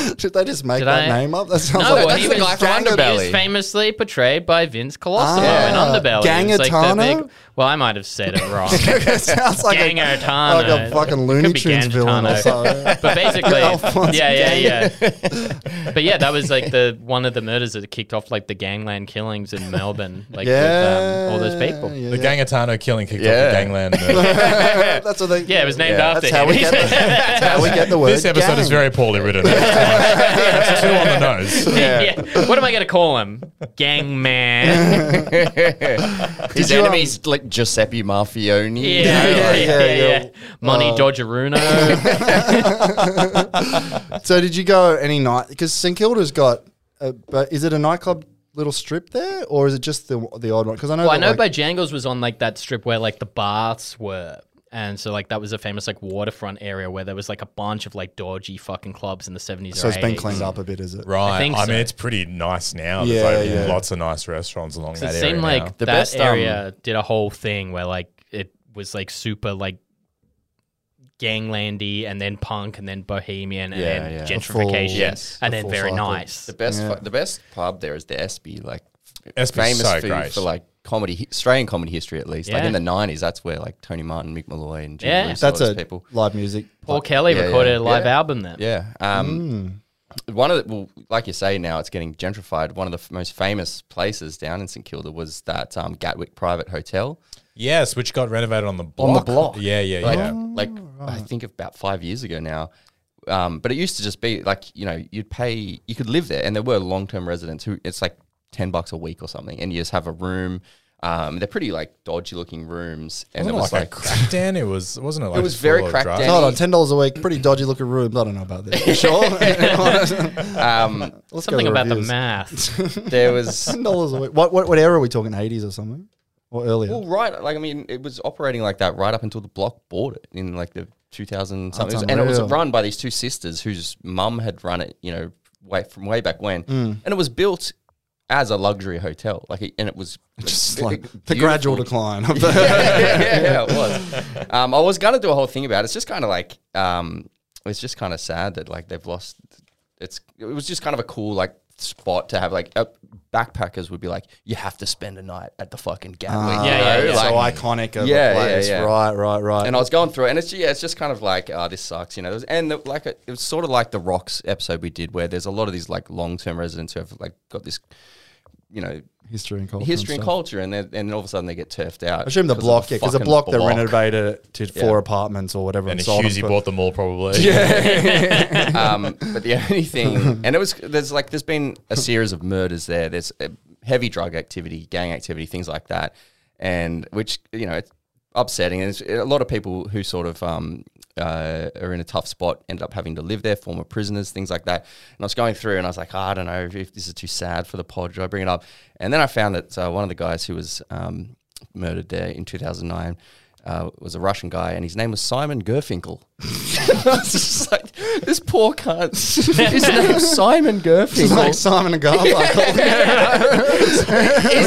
Speaker 4: you
Speaker 1: Did they just make
Speaker 4: Did
Speaker 1: that
Speaker 4: I-
Speaker 1: name up? That sounds
Speaker 4: No,
Speaker 1: like
Speaker 4: well, he, was,
Speaker 2: guy from
Speaker 4: Gang-
Speaker 2: Underbelly.
Speaker 4: he was famously portrayed by Vince Colosimo
Speaker 1: Ah,
Speaker 4: in Underbelly. It's like the
Speaker 1: Gangitano?
Speaker 4: big- well, I might have said it wrong.
Speaker 1: it sounds like a,
Speaker 4: Gangitano.
Speaker 1: like a fucking
Speaker 4: It
Speaker 1: Looney
Speaker 4: could be
Speaker 1: Tunes villain or
Speaker 4: Gangitano.
Speaker 1: something.
Speaker 4: But basically,
Speaker 1: Alphonse
Speaker 4: yeah, yeah, yeah. but yeah, that was like the one of the murders that kicked off like the gangland killings in Melbourne, like
Speaker 1: yeah,
Speaker 4: with um, all those people.
Speaker 1: yeah,
Speaker 3: The
Speaker 1: yeah.
Speaker 3: Gangatano killing kicked off
Speaker 2: Yeah.
Speaker 3: the gangland. murder.
Speaker 1: That's what they.
Speaker 4: Yeah, it was named
Speaker 2: Yeah.
Speaker 4: after after
Speaker 1: how
Speaker 4: him.
Speaker 1: we get the, that's how we get the word.
Speaker 3: This episode is
Speaker 1: gang.
Speaker 3: very poorly written. It's two on the nose.
Speaker 4: Yeah. What am I going to call him? Gang man.
Speaker 2: His
Speaker 1: you, um,
Speaker 2: enemies like Giuseppe Mafioni.
Speaker 4: Yeah,
Speaker 2: you know,
Speaker 4: yeah, yeah,
Speaker 2: like-
Speaker 1: yeah, Oh.
Speaker 4: yeah,
Speaker 1: yeah.
Speaker 4: Money Dodgeruno.
Speaker 1: So did you go any night? Because St Kilda's got, a, but is it a nightclub little strip there, or is it just the the odd one? Because I know.
Speaker 4: well, I
Speaker 1: that,
Speaker 4: know
Speaker 1: like-
Speaker 4: Bojangles was on like that strip where like the baths were. And so like that was a famous like waterfront area where there was like a bunch of like dodgy fucking clubs in the 70s
Speaker 1: so
Speaker 4: or
Speaker 1: it's been
Speaker 4: 80s.
Speaker 1: cleaned up a bit, is it?
Speaker 3: Right. I,
Speaker 4: think so.
Speaker 3: mean, it's pretty nice now.
Speaker 1: Yeah,
Speaker 3: There's like
Speaker 1: yeah.
Speaker 3: lots of nice restaurants along that
Speaker 4: It
Speaker 3: area.
Speaker 4: seemed like
Speaker 3: now.
Speaker 4: the
Speaker 2: The
Speaker 4: that
Speaker 2: best, um,
Speaker 4: area did a whole thing where like it was like super like ganglandy and then punk and then bohemian and
Speaker 2: Yeah,
Speaker 4: then
Speaker 2: yeah. The
Speaker 1: full-
Speaker 4: gentrification
Speaker 2: yes,
Speaker 4: and
Speaker 1: the
Speaker 4: then
Speaker 1: full
Speaker 4: very
Speaker 1: cycle.
Speaker 4: nice.
Speaker 2: The best,
Speaker 1: Yeah.
Speaker 2: fu- the best pub there is the Espy, like f-
Speaker 3: Espy's
Speaker 2: famous
Speaker 3: so
Speaker 2: for,
Speaker 3: great.
Speaker 2: for like comedy, hi- Australian comedy history at least. Like
Speaker 4: Yeah.
Speaker 2: in the nineties, that's where like Tony Martin, Mick Malloy, and Jim
Speaker 4: Yeah.
Speaker 2: Reeves, all
Speaker 1: That's
Speaker 2: those
Speaker 1: a
Speaker 2: people.
Speaker 1: live music.
Speaker 4: Paul Kelly
Speaker 2: Yeah, yeah,
Speaker 4: recorded a live
Speaker 2: yeah.
Speaker 4: album there.
Speaker 2: Yeah. Um, One of the, well, like you say, now it's getting gentrified. One of the f- most famous places down in St Kilda was that um, Gatwick Private Hotel.
Speaker 3: yes, which got renovated on the block.
Speaker 2: On the block.
Speaker 3: Yeah, yeah,
Speaker 2: Like, oh,
Speaker 3: yeah.
Speaker 2: like I think about five years ago now. Um, but it used to just be like, you know, you'd pay, you could live there, and there were long term residents who it's like 10 bucks a week or something, and you just have a room. Um, they're pretty like dodgy looking rooms, and
Speaker 3: Wasn't
Speaker 2: it was
Speaker 3: like,
Speaker 2: like,
Speaker 3: a crackdown. It was wasn't it like
Speaker 2: was
Speaker 3: just
Speaker 2: very
Speaker 3: full of
Speaker 2: crackdown.
Speaker 3: drugs?
Speaker 1: Hold on, ten dollars a week. Pretty dodgy looking rooms. I don't know about this. You Sure.
Speaker 2: um,
Speaker 1: Let's go
Speaker 4: Something
Speaker 1: to
Speaker 4: about
Speaker 1: reviews.
Speaker 4: the math.
Speaker 2: there was
Speaker 1: Ten dollars a week. What what what era are we talking? Eighties or something, or earlier?
Speaker 2: well, right, like I mean, it was operating like that right up until the block bought it in like the 2000 something, and it was
Speaker 1: unreal.
Speaker 2: run by these two sisters whose mum had run it, you know, way from way back when,
Speaker 1: Mm.
Speaker 2: and it was built as a luxury hotel, like, it, and it was
Speaker 1: Just
Speaker 2: it-
Speaker 1: like
Speaker 2: it-
Speaker 1: the
Speaker 2: beautiful.
Speaker 1: gradual decline of the.
Speaker 2: yeah, it was. Um, I was gonna do a whole thing about it. It's just kind of like um, it's just kind of sad that like they've lost. It's it was just kind of a cool like spot to have like uh, backpackers would be like you have to spend a night at the fucking Gatwick. you
Speaker 4: Ah, yeah,
Speaker 2: know,
Speaker 4: yeah.
Speaker 2: like-
Speaker 1: so iconic of
Speaker 2: Yeah,
Speaker 1: a
Speaker 2: yeah,
Speaker 1: place.
Speaker 2: yeah.
Speaker 1: Right, right, right.
Speaker 2: and I was going through, it and it's yeah, it's just kind of like, oh, this sucks, you know. And the, like, it was sort of like the rocks episode we did, where there's a lot of these like long-term residents who have like got this, you know,
Speaker 1: history and culture.
Speaker 2: history and
Speaker 1: stuff.
Speaker 2: culture, and then and all of a sudden they get turfed out.
Speaker 1: I assume the
Speaker 2: 'cause of
Speaker 1: block, yeah, because the
Speaker 2: fucking
Speaker 1: block, they
Speaker 2: block.
Speaker 1: renovated it to four apartments or whatever.
Speaker 3: And
Speaker 1: sold them
Speaker 3: Husey
Speaker 1: for-
Speaker 3: bought them all probably. Yeah.
Speaker 2: um, but the only thing, and it was there's like there's been a series of murders there. There's uh, heavy drug activity, gang activity, things like that, and which you know it's upsetting. And it's, a lot of people who sort of um, uh, are in a tough spot end up having to live there, former prisoners, things like that. And I was going through, and I was like, "Oh, I don't know if this is too sad for the pod. Should I bring it up? And then I found that uh, one of the guys who was um, murdered there in 2009. Uh, was a Russian guy, and his name was Simon Gerfinkel. It's just like, this poor cunt. His name's Simon
Speaker 1: It's
Speaker 2: Gerfinkel.
Speaker 1: like Simon and Garfunkel.
Speaker 2: He's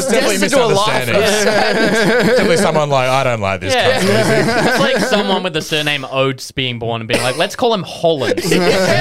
Speaker 3: Definitely
Speaker 2: destined to a life.
Speaker 3: misunderstanding. Definitely someone like I don't like this.
Speaker 4: Yeah.
Speaker 3: cunt's music."
Speaker 4: it's like someone with the surname Oates being born and being like, let's call him Holland.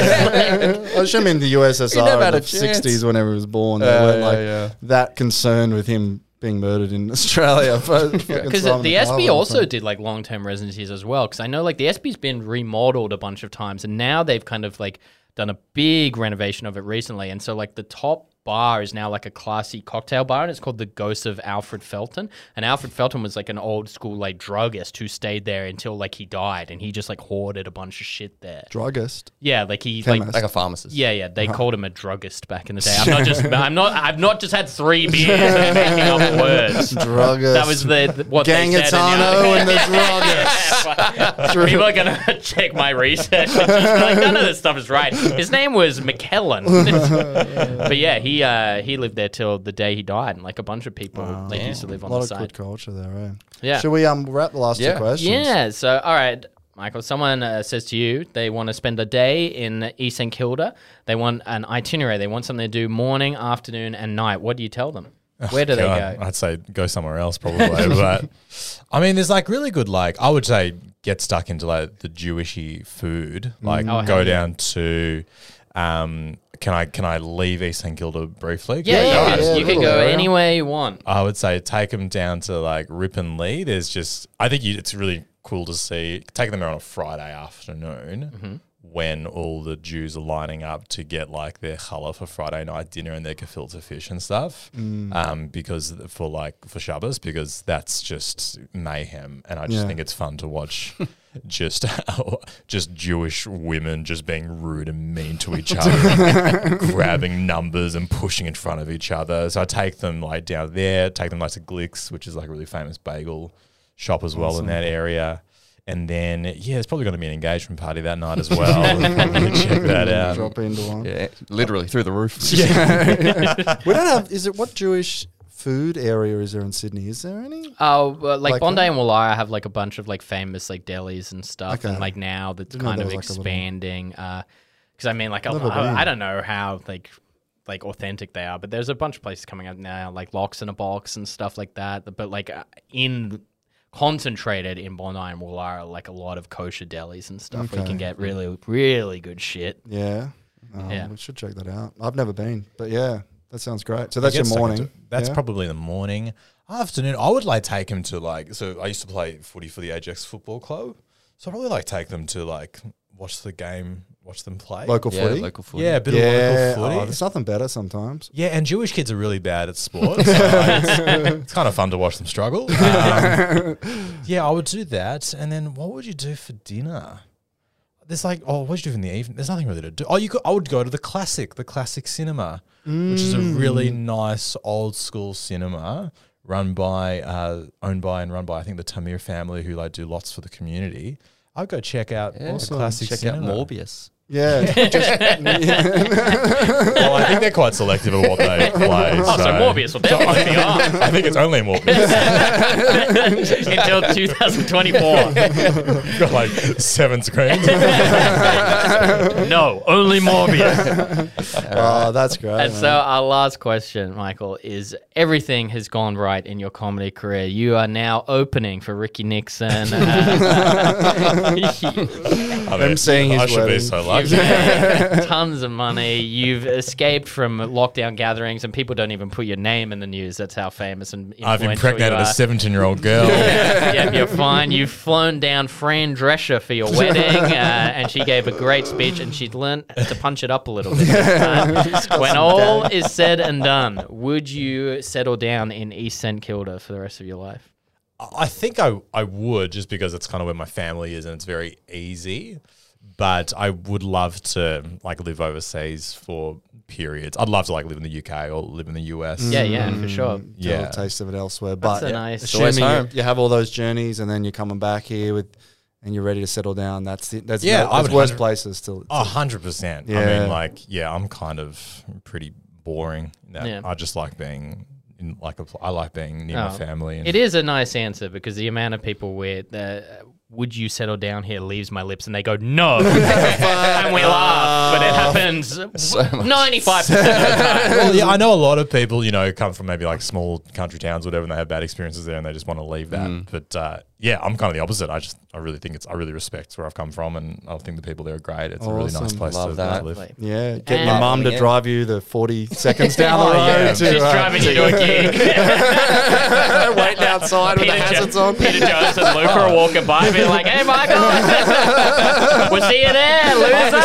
Speaker 1: I assume in the USSR
Speaker 2: never
Speaker 1: in
Speaker 2: had
Speaker 1: the
Speaker 2: a chance.
Speaker 1: 60s, whenever he was born, they weren't like that concerned with him being murdered in Australia. Because
Speaker 4: Because the SB also did like long term residencies as well. Because I know like the SB's been remodeled a bunch of times, and now they've kind of like done a big renovation of it recently. And so like the top bar is now like a classy cocktail bar, and it's called the Ghost of Alfred Felton. And Alfred Felton was like an old school like druggist who stayed there until like he died, and he just like hoarded a bunch of shit there.
Speaker 1: Druggist.
Speaker 4: yeah, like he like
Speaker 1: Chemist.
Speaker 2: Like a pharmacist.
Speaker 4: yeah, yeah. They
Speaker 1: Uh-huh.
Speaker 4: called him a druggist back in the day. I'm not just. I'm not. I've not just had three beers and making up words.
Speaker 1: Druggist.
Speaker 4: That was the, the- what
Speaker 1: Gang
Speaker 4: they said. in the
Speaker 1: Itano and the
Speaker 4: druggist. People are gonna check my research. and just be like none of this stuff is right. His name was McKellen. but yeah, he uh, he lived there till the day he died, and like a bunch of people like used to live
Speaker 1: A
Speaker 4: on
Speaker 1: lot
Speaker 4: the
Speaker 1: of good
Speaker 4: side.
Speaker 1: culture there, right?
Speaker 4: Yeah.
Speaker 1: Should we um wrap the last two
Speaker 2: Yeah.
Speaker 1: questions?
Speaker 4: Yeah. So, all right, Michael. Someone uh, says to you they want to spend a day in East St Kilda. They want an itinerary. They want something to do morning, afternoon, and night. What do you tell them?
Speaker 1: Oh,
Speaker 4: Where do they
Speaker 3: Yeah,
Speaker 4: go?
Speaker 3: I'd say go somewhere else probably. but I mean, there's like really good like I would say get stuck into like the Jewishy food. Like
Speaker 4: Oh,
Speaker 3: go
Speaker 4: hell yeah.
Speaker 3: down to. Um, can I can I leave East St Kilda briefly?
Speaker 4: Yeah,
Speaker 3: Can I
Speaker 4: you,
Speaker 3: go?
Speaker 4: could,
Speaker 1: yeah,
Speaker 4: you could
Speaker 1: little
Speaker 4: go
Speaker 1: area.
Speaker 4: anywhere you want.
Speaker 3: I would say take them down to like Rip and Lee.
Speaker 4: Mm-hmm.
Speaker 3: There's just I think you, it's really cool to see. Take them there on a Friday afternoon. when all the Jews are lining up to get like their challah for Friday night dinner and their gefilte fish and stuff,
Speaker 1: Mm.
Speaker 3: um, because for like for Shabbos, because that's just mayhem, and I just
Speaker 1: Yeah.
Speaker 3: think it's fun to watch. Just just Jewish women just being rude and mean to each other, grabbing numbers and pushing in front of each other. So I take them like down there, take them like to Glicks, which is like a really famous bagel shop as well
Speaker 1: Awesome.
Speaker 3: in that area. And then yeah, there's probably going to be an engagement party that night as well. Check that out.
Speaker 1: Drop into one.
Speaker 2: Yeah, literally through the roof.
Speaker 1: we don't have. Is it what Jewish food area is there in Sydney? Is there any?
Speaker 4: Oh, well, like,
Speaker 1: Like
Speaker 4: Bondi
Speaker 1: that?
Speaker 4: and Wallara have like a bunch of like famous like delis and stuff,
Speaker 1: Okay.
Speaker 4: and like now that's
Speaker 1: Didn't know
Speaker 4: kind
Speaker 1: there
Speaker 4: of
Speaker 1: was, like, a little-
Speaker 4: expanding. Because I mean, like a
Speaker 1: Never
Speaker 4: lo-
Speaker 1: been.
Speaker 4: I don't know how like like authentic they are, but there's a bunch of places coming up now, like Locks in a Box and stuff like that. But like uh, in concentrated in Bondi and Wallara, like a lot of kosher delis and stuff where you can
Speaker 1: Okay.
Speaker 4: get really really good shit.
Speaker 1: Yeah. Um,
Speaker 4: Yeah.
Speaker 1: We should check that out. I've never been, but yeah, that sounds great. So that's
Speaker 3: He
Speaker 1: your
Speaker 3: gets stuck
Speaker 1: morning.
Speaker 3: into- that's
Speaker 1: yeah?
Speaker 3: probably the morning. Afternoon, I would like take him to like. So I used to play footy for the Ajax Football Club. So I probably like take them to like watch the game, watch them play.
Speaker 1: local
Speaker 2: yeah,
Speaker 1: footy.
Speaker 2: local food.
Speaker 3: yeah, a bit
Speaker 1: yeah.
Speaker 3: of
Speaker 1: Oh,
Speaker 3: local footy.
Speaker 1: there's nothing better sometimes.
Speaker 3: yeah, and Jewish kids are really bad at sports. so it's, it's kind of fun to watch them struggle. Um, yeah, I would do that. And then what would you do for dinner? There's like, oh, what would you do in the evening? There's nothing really to do. Oh, you could, I would go to the classic, the classic cinema which is a
Speaker 2: Mm.
Speaker 3: really nice old school cinema run by, uh, owned by, and run by I think the Tamir family, who like do lots for the community. I'd go check out the
Speaker 2: Awesome.
Speaker 3: classic
Speaker 2: Check out
Speaker 3: cinema.
Speaker 2: Morbius.
Speaker 1: Yeah.
Speaker 3: well, I think they're quite selective of what they play.
Speaker 7: Oh, so Morbius will definitely be on
Speaker 3: I think it's only Morbius.
Speaker 7: until 2024.
Speaker 3: You've got like seven screens.
Speaker 7: no, only Morbius.
Speaker 1: oh, that's great.
Speaker 4: And
Speaker 1: man.
Speaker 4: so
Speaker 3: Uh-huh.
Speaker 4: our last question, Michael, is everything has gone right in your comedy career. You are now opening for Ricky Nixon. Uh,
Speaker 3: I
Speaker 1: Them seeing his
Speaker 3: I should
Speaker 1: wedding.
Speaker 3: be so lucky.
Speaker 4: you've made tons of money. You've escaped from lockdown gatherings, and people don't even put your name in the news. That's how famous and
Speaker 3: I've
Speaker 4: influential
Speaker 3: impregnated
Speaker 4: you
Speaker 3: a
Speaker 4: are.
Speaker 3: 17 year old girl.
Speaker 4: yeah, you're fine. You've flown down Fran Drescher for your wedding, uh, and she gave a great speech, and she'd learned to punch it up a little bit. this time. when all is said and done, would you settle down in East St Kilda for the rest of your life?
Speaker 3: I think I, I would just because it's kind of where my family is and it's very easy. But I would love to like live overseas for periods. I'd love to like live in the UK or live in the US.
Speaker 4: Yeah, yeah, for sure.
Speaker 1: Get a
Speaker 3: Yeah.
Speaker 1: little taste of it elsewhere.
Speaker 4: That's
Speaker 1: But
Speaker 4: a nice.
Speaker 2: always
Speaker 1: assuming you,
Speaker 2: home.
Speaker 1: you have all those journeys and then you're coming back here with, and you're ready to settle down. That's the that's
Speaker 3: Yeah,
Speaker 1: no,
Speaker 3: I
Speaker 1: that's
Speaker 3: would
Speaker 1: worst
Speaker 3: hundred- Oh.
Speaker 1: places to.
Speaker 3: A hundred percent. I
Speaker 1: Yeah.
Speaker 3: mean, like, yeah, I'm kind of pretty boring. in that
Speaker 4: Yeah.
Speaker 3: I just like being in like a pl- I like being near
Speaker 4: Oh.
Speaker 3: my family. And
Speaker 4: It is a nice answer because the amount of people where the would you settle down here leaves my lips and they go no and we laugh but it happens 95% of the time
Speaker 3: well, yeah, I know a lot of people, you know, come from maybe like small country towns, whatever, and they have bad experiences there, and they just want to leave that. But uh, yeah, I'm kind of the opposite. I just, I really think it's, I really respect where I've come from, and I think the people there are great. It's a really nice
Speaker 1: Awesome.
Speaker 3: place
Speaker 2: Love
Speaker 3: to,
Speaker 2: that.
Speaker 3: to live.
Speaker 1: Yeah, get
Speaker 4: And-
Speaker 1: your mum to
Speaker 2: Yeah.
Speaker 1: drive you the forty seconds down the road.
Speaker 3: Oh, yeah.
Speaker 1: to,
Speaker 4: she's
Speaker 1: uh,
Speaker 4: driving you to a gig
Speaker 1: waiting outside with the
Speaker 4: Peter Jo-
Speaker 1: hazards on.
Speaker 4: Peter Jones and Luke are walking by, being like, "Hey, Michael, we'll see you there, loser.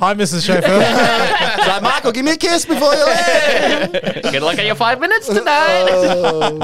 Speaker 3: Hi, Mrs. Schaefer.
Speaker 1: It's like, Michael, give me a kiss before you leave.
Speaker 4: Good luck on your five minutes tonight."
Speaker 1: oh,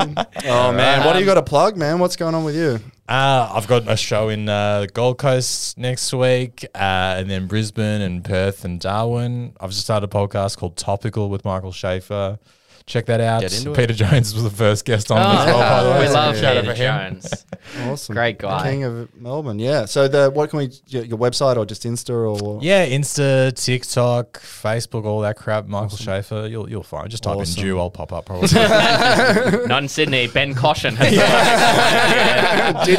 Speaker 1: oh, man,
Speaker 4: Um,
Speaker 1: what do you got to plug, man? What's going on with you?
Speaker 3: uh, I've got a show in uh, Gold Coast next week, uh, and then Brisbane and Perth and Darwin. I've just started a podcast called Topical with Michael Schaefer. Check that out.
Speaker 2: Get into it.
Speaker 3: Peter Jones was the first guest on
Speaker 4: Oh,
Speaker 3: as well, by the way.
Speaker 4: we
Speaker 3: so
Speaker 4: love
Speaker 3: shout out
Speaker 4: Peter
Speaker 3: for him.
Speaker 4: Jones.
Speaker 1: Awesome,
Speaker 4: Great guy.
Speaker 1: King of Melbourne. Yeah. So the what can we your, your website or just Insta or
Speaker 3: Yeah, Insta, TikTok, Facebook, all that crap. Michael Schaefer, you'll you'll find. Just type
Speaker 1: Awesome.
Speaker 3: in Jew, I'll pop up probably.
Speaker 4: Not in Sydney, Ben Caution.
Speaker 1: Did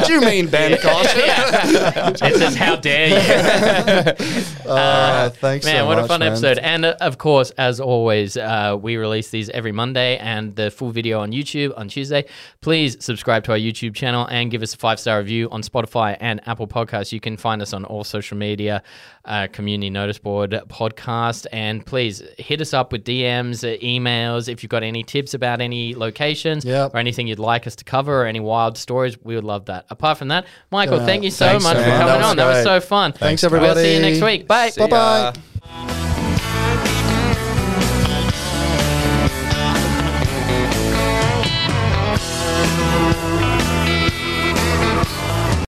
Speaker 1: you mean Ben Caution?
Speaker 4: It says, "How dare you."
Speaker 1: Uh, thanks,
Speaker 4: man
Speaker 1: so
Speaker 4: what a
Speaker 1: much,
Speaker 4: fun
Speaker 1: man.
Speaker 4: episode and uh, of course as always uh, we release these every Monday and the full video on YouTube on Tuesday. Please subscribe to our YouTube channel and give us a five star review on Spotify and Apple Podcasts. You can find us on all social media, uh, Community Notice Board Podcast. And please hit us up with DMs, uh, emails. If you've got any tips about any locations
Speaker 1: Yep.
Speaker 4: or anything you'd like us to cover or any wild stories, we would love that. Apart from that, Michael, thank you so
Speaker 1: Thanks,
Speaker 4: much for
Speaker 1: man.
Speaker 4: coming
Speaker 1: That was
Speaker 4: on. That
Speaker 1: great.
Speaker 4: was so fun.
Speaker 1: Thanks,
Speaker 4: We'll see
Speaker 1: everybody.
Speaker 4: you next week. Bye.
Speaker 1: Bye bye.
Speaker 2: ya.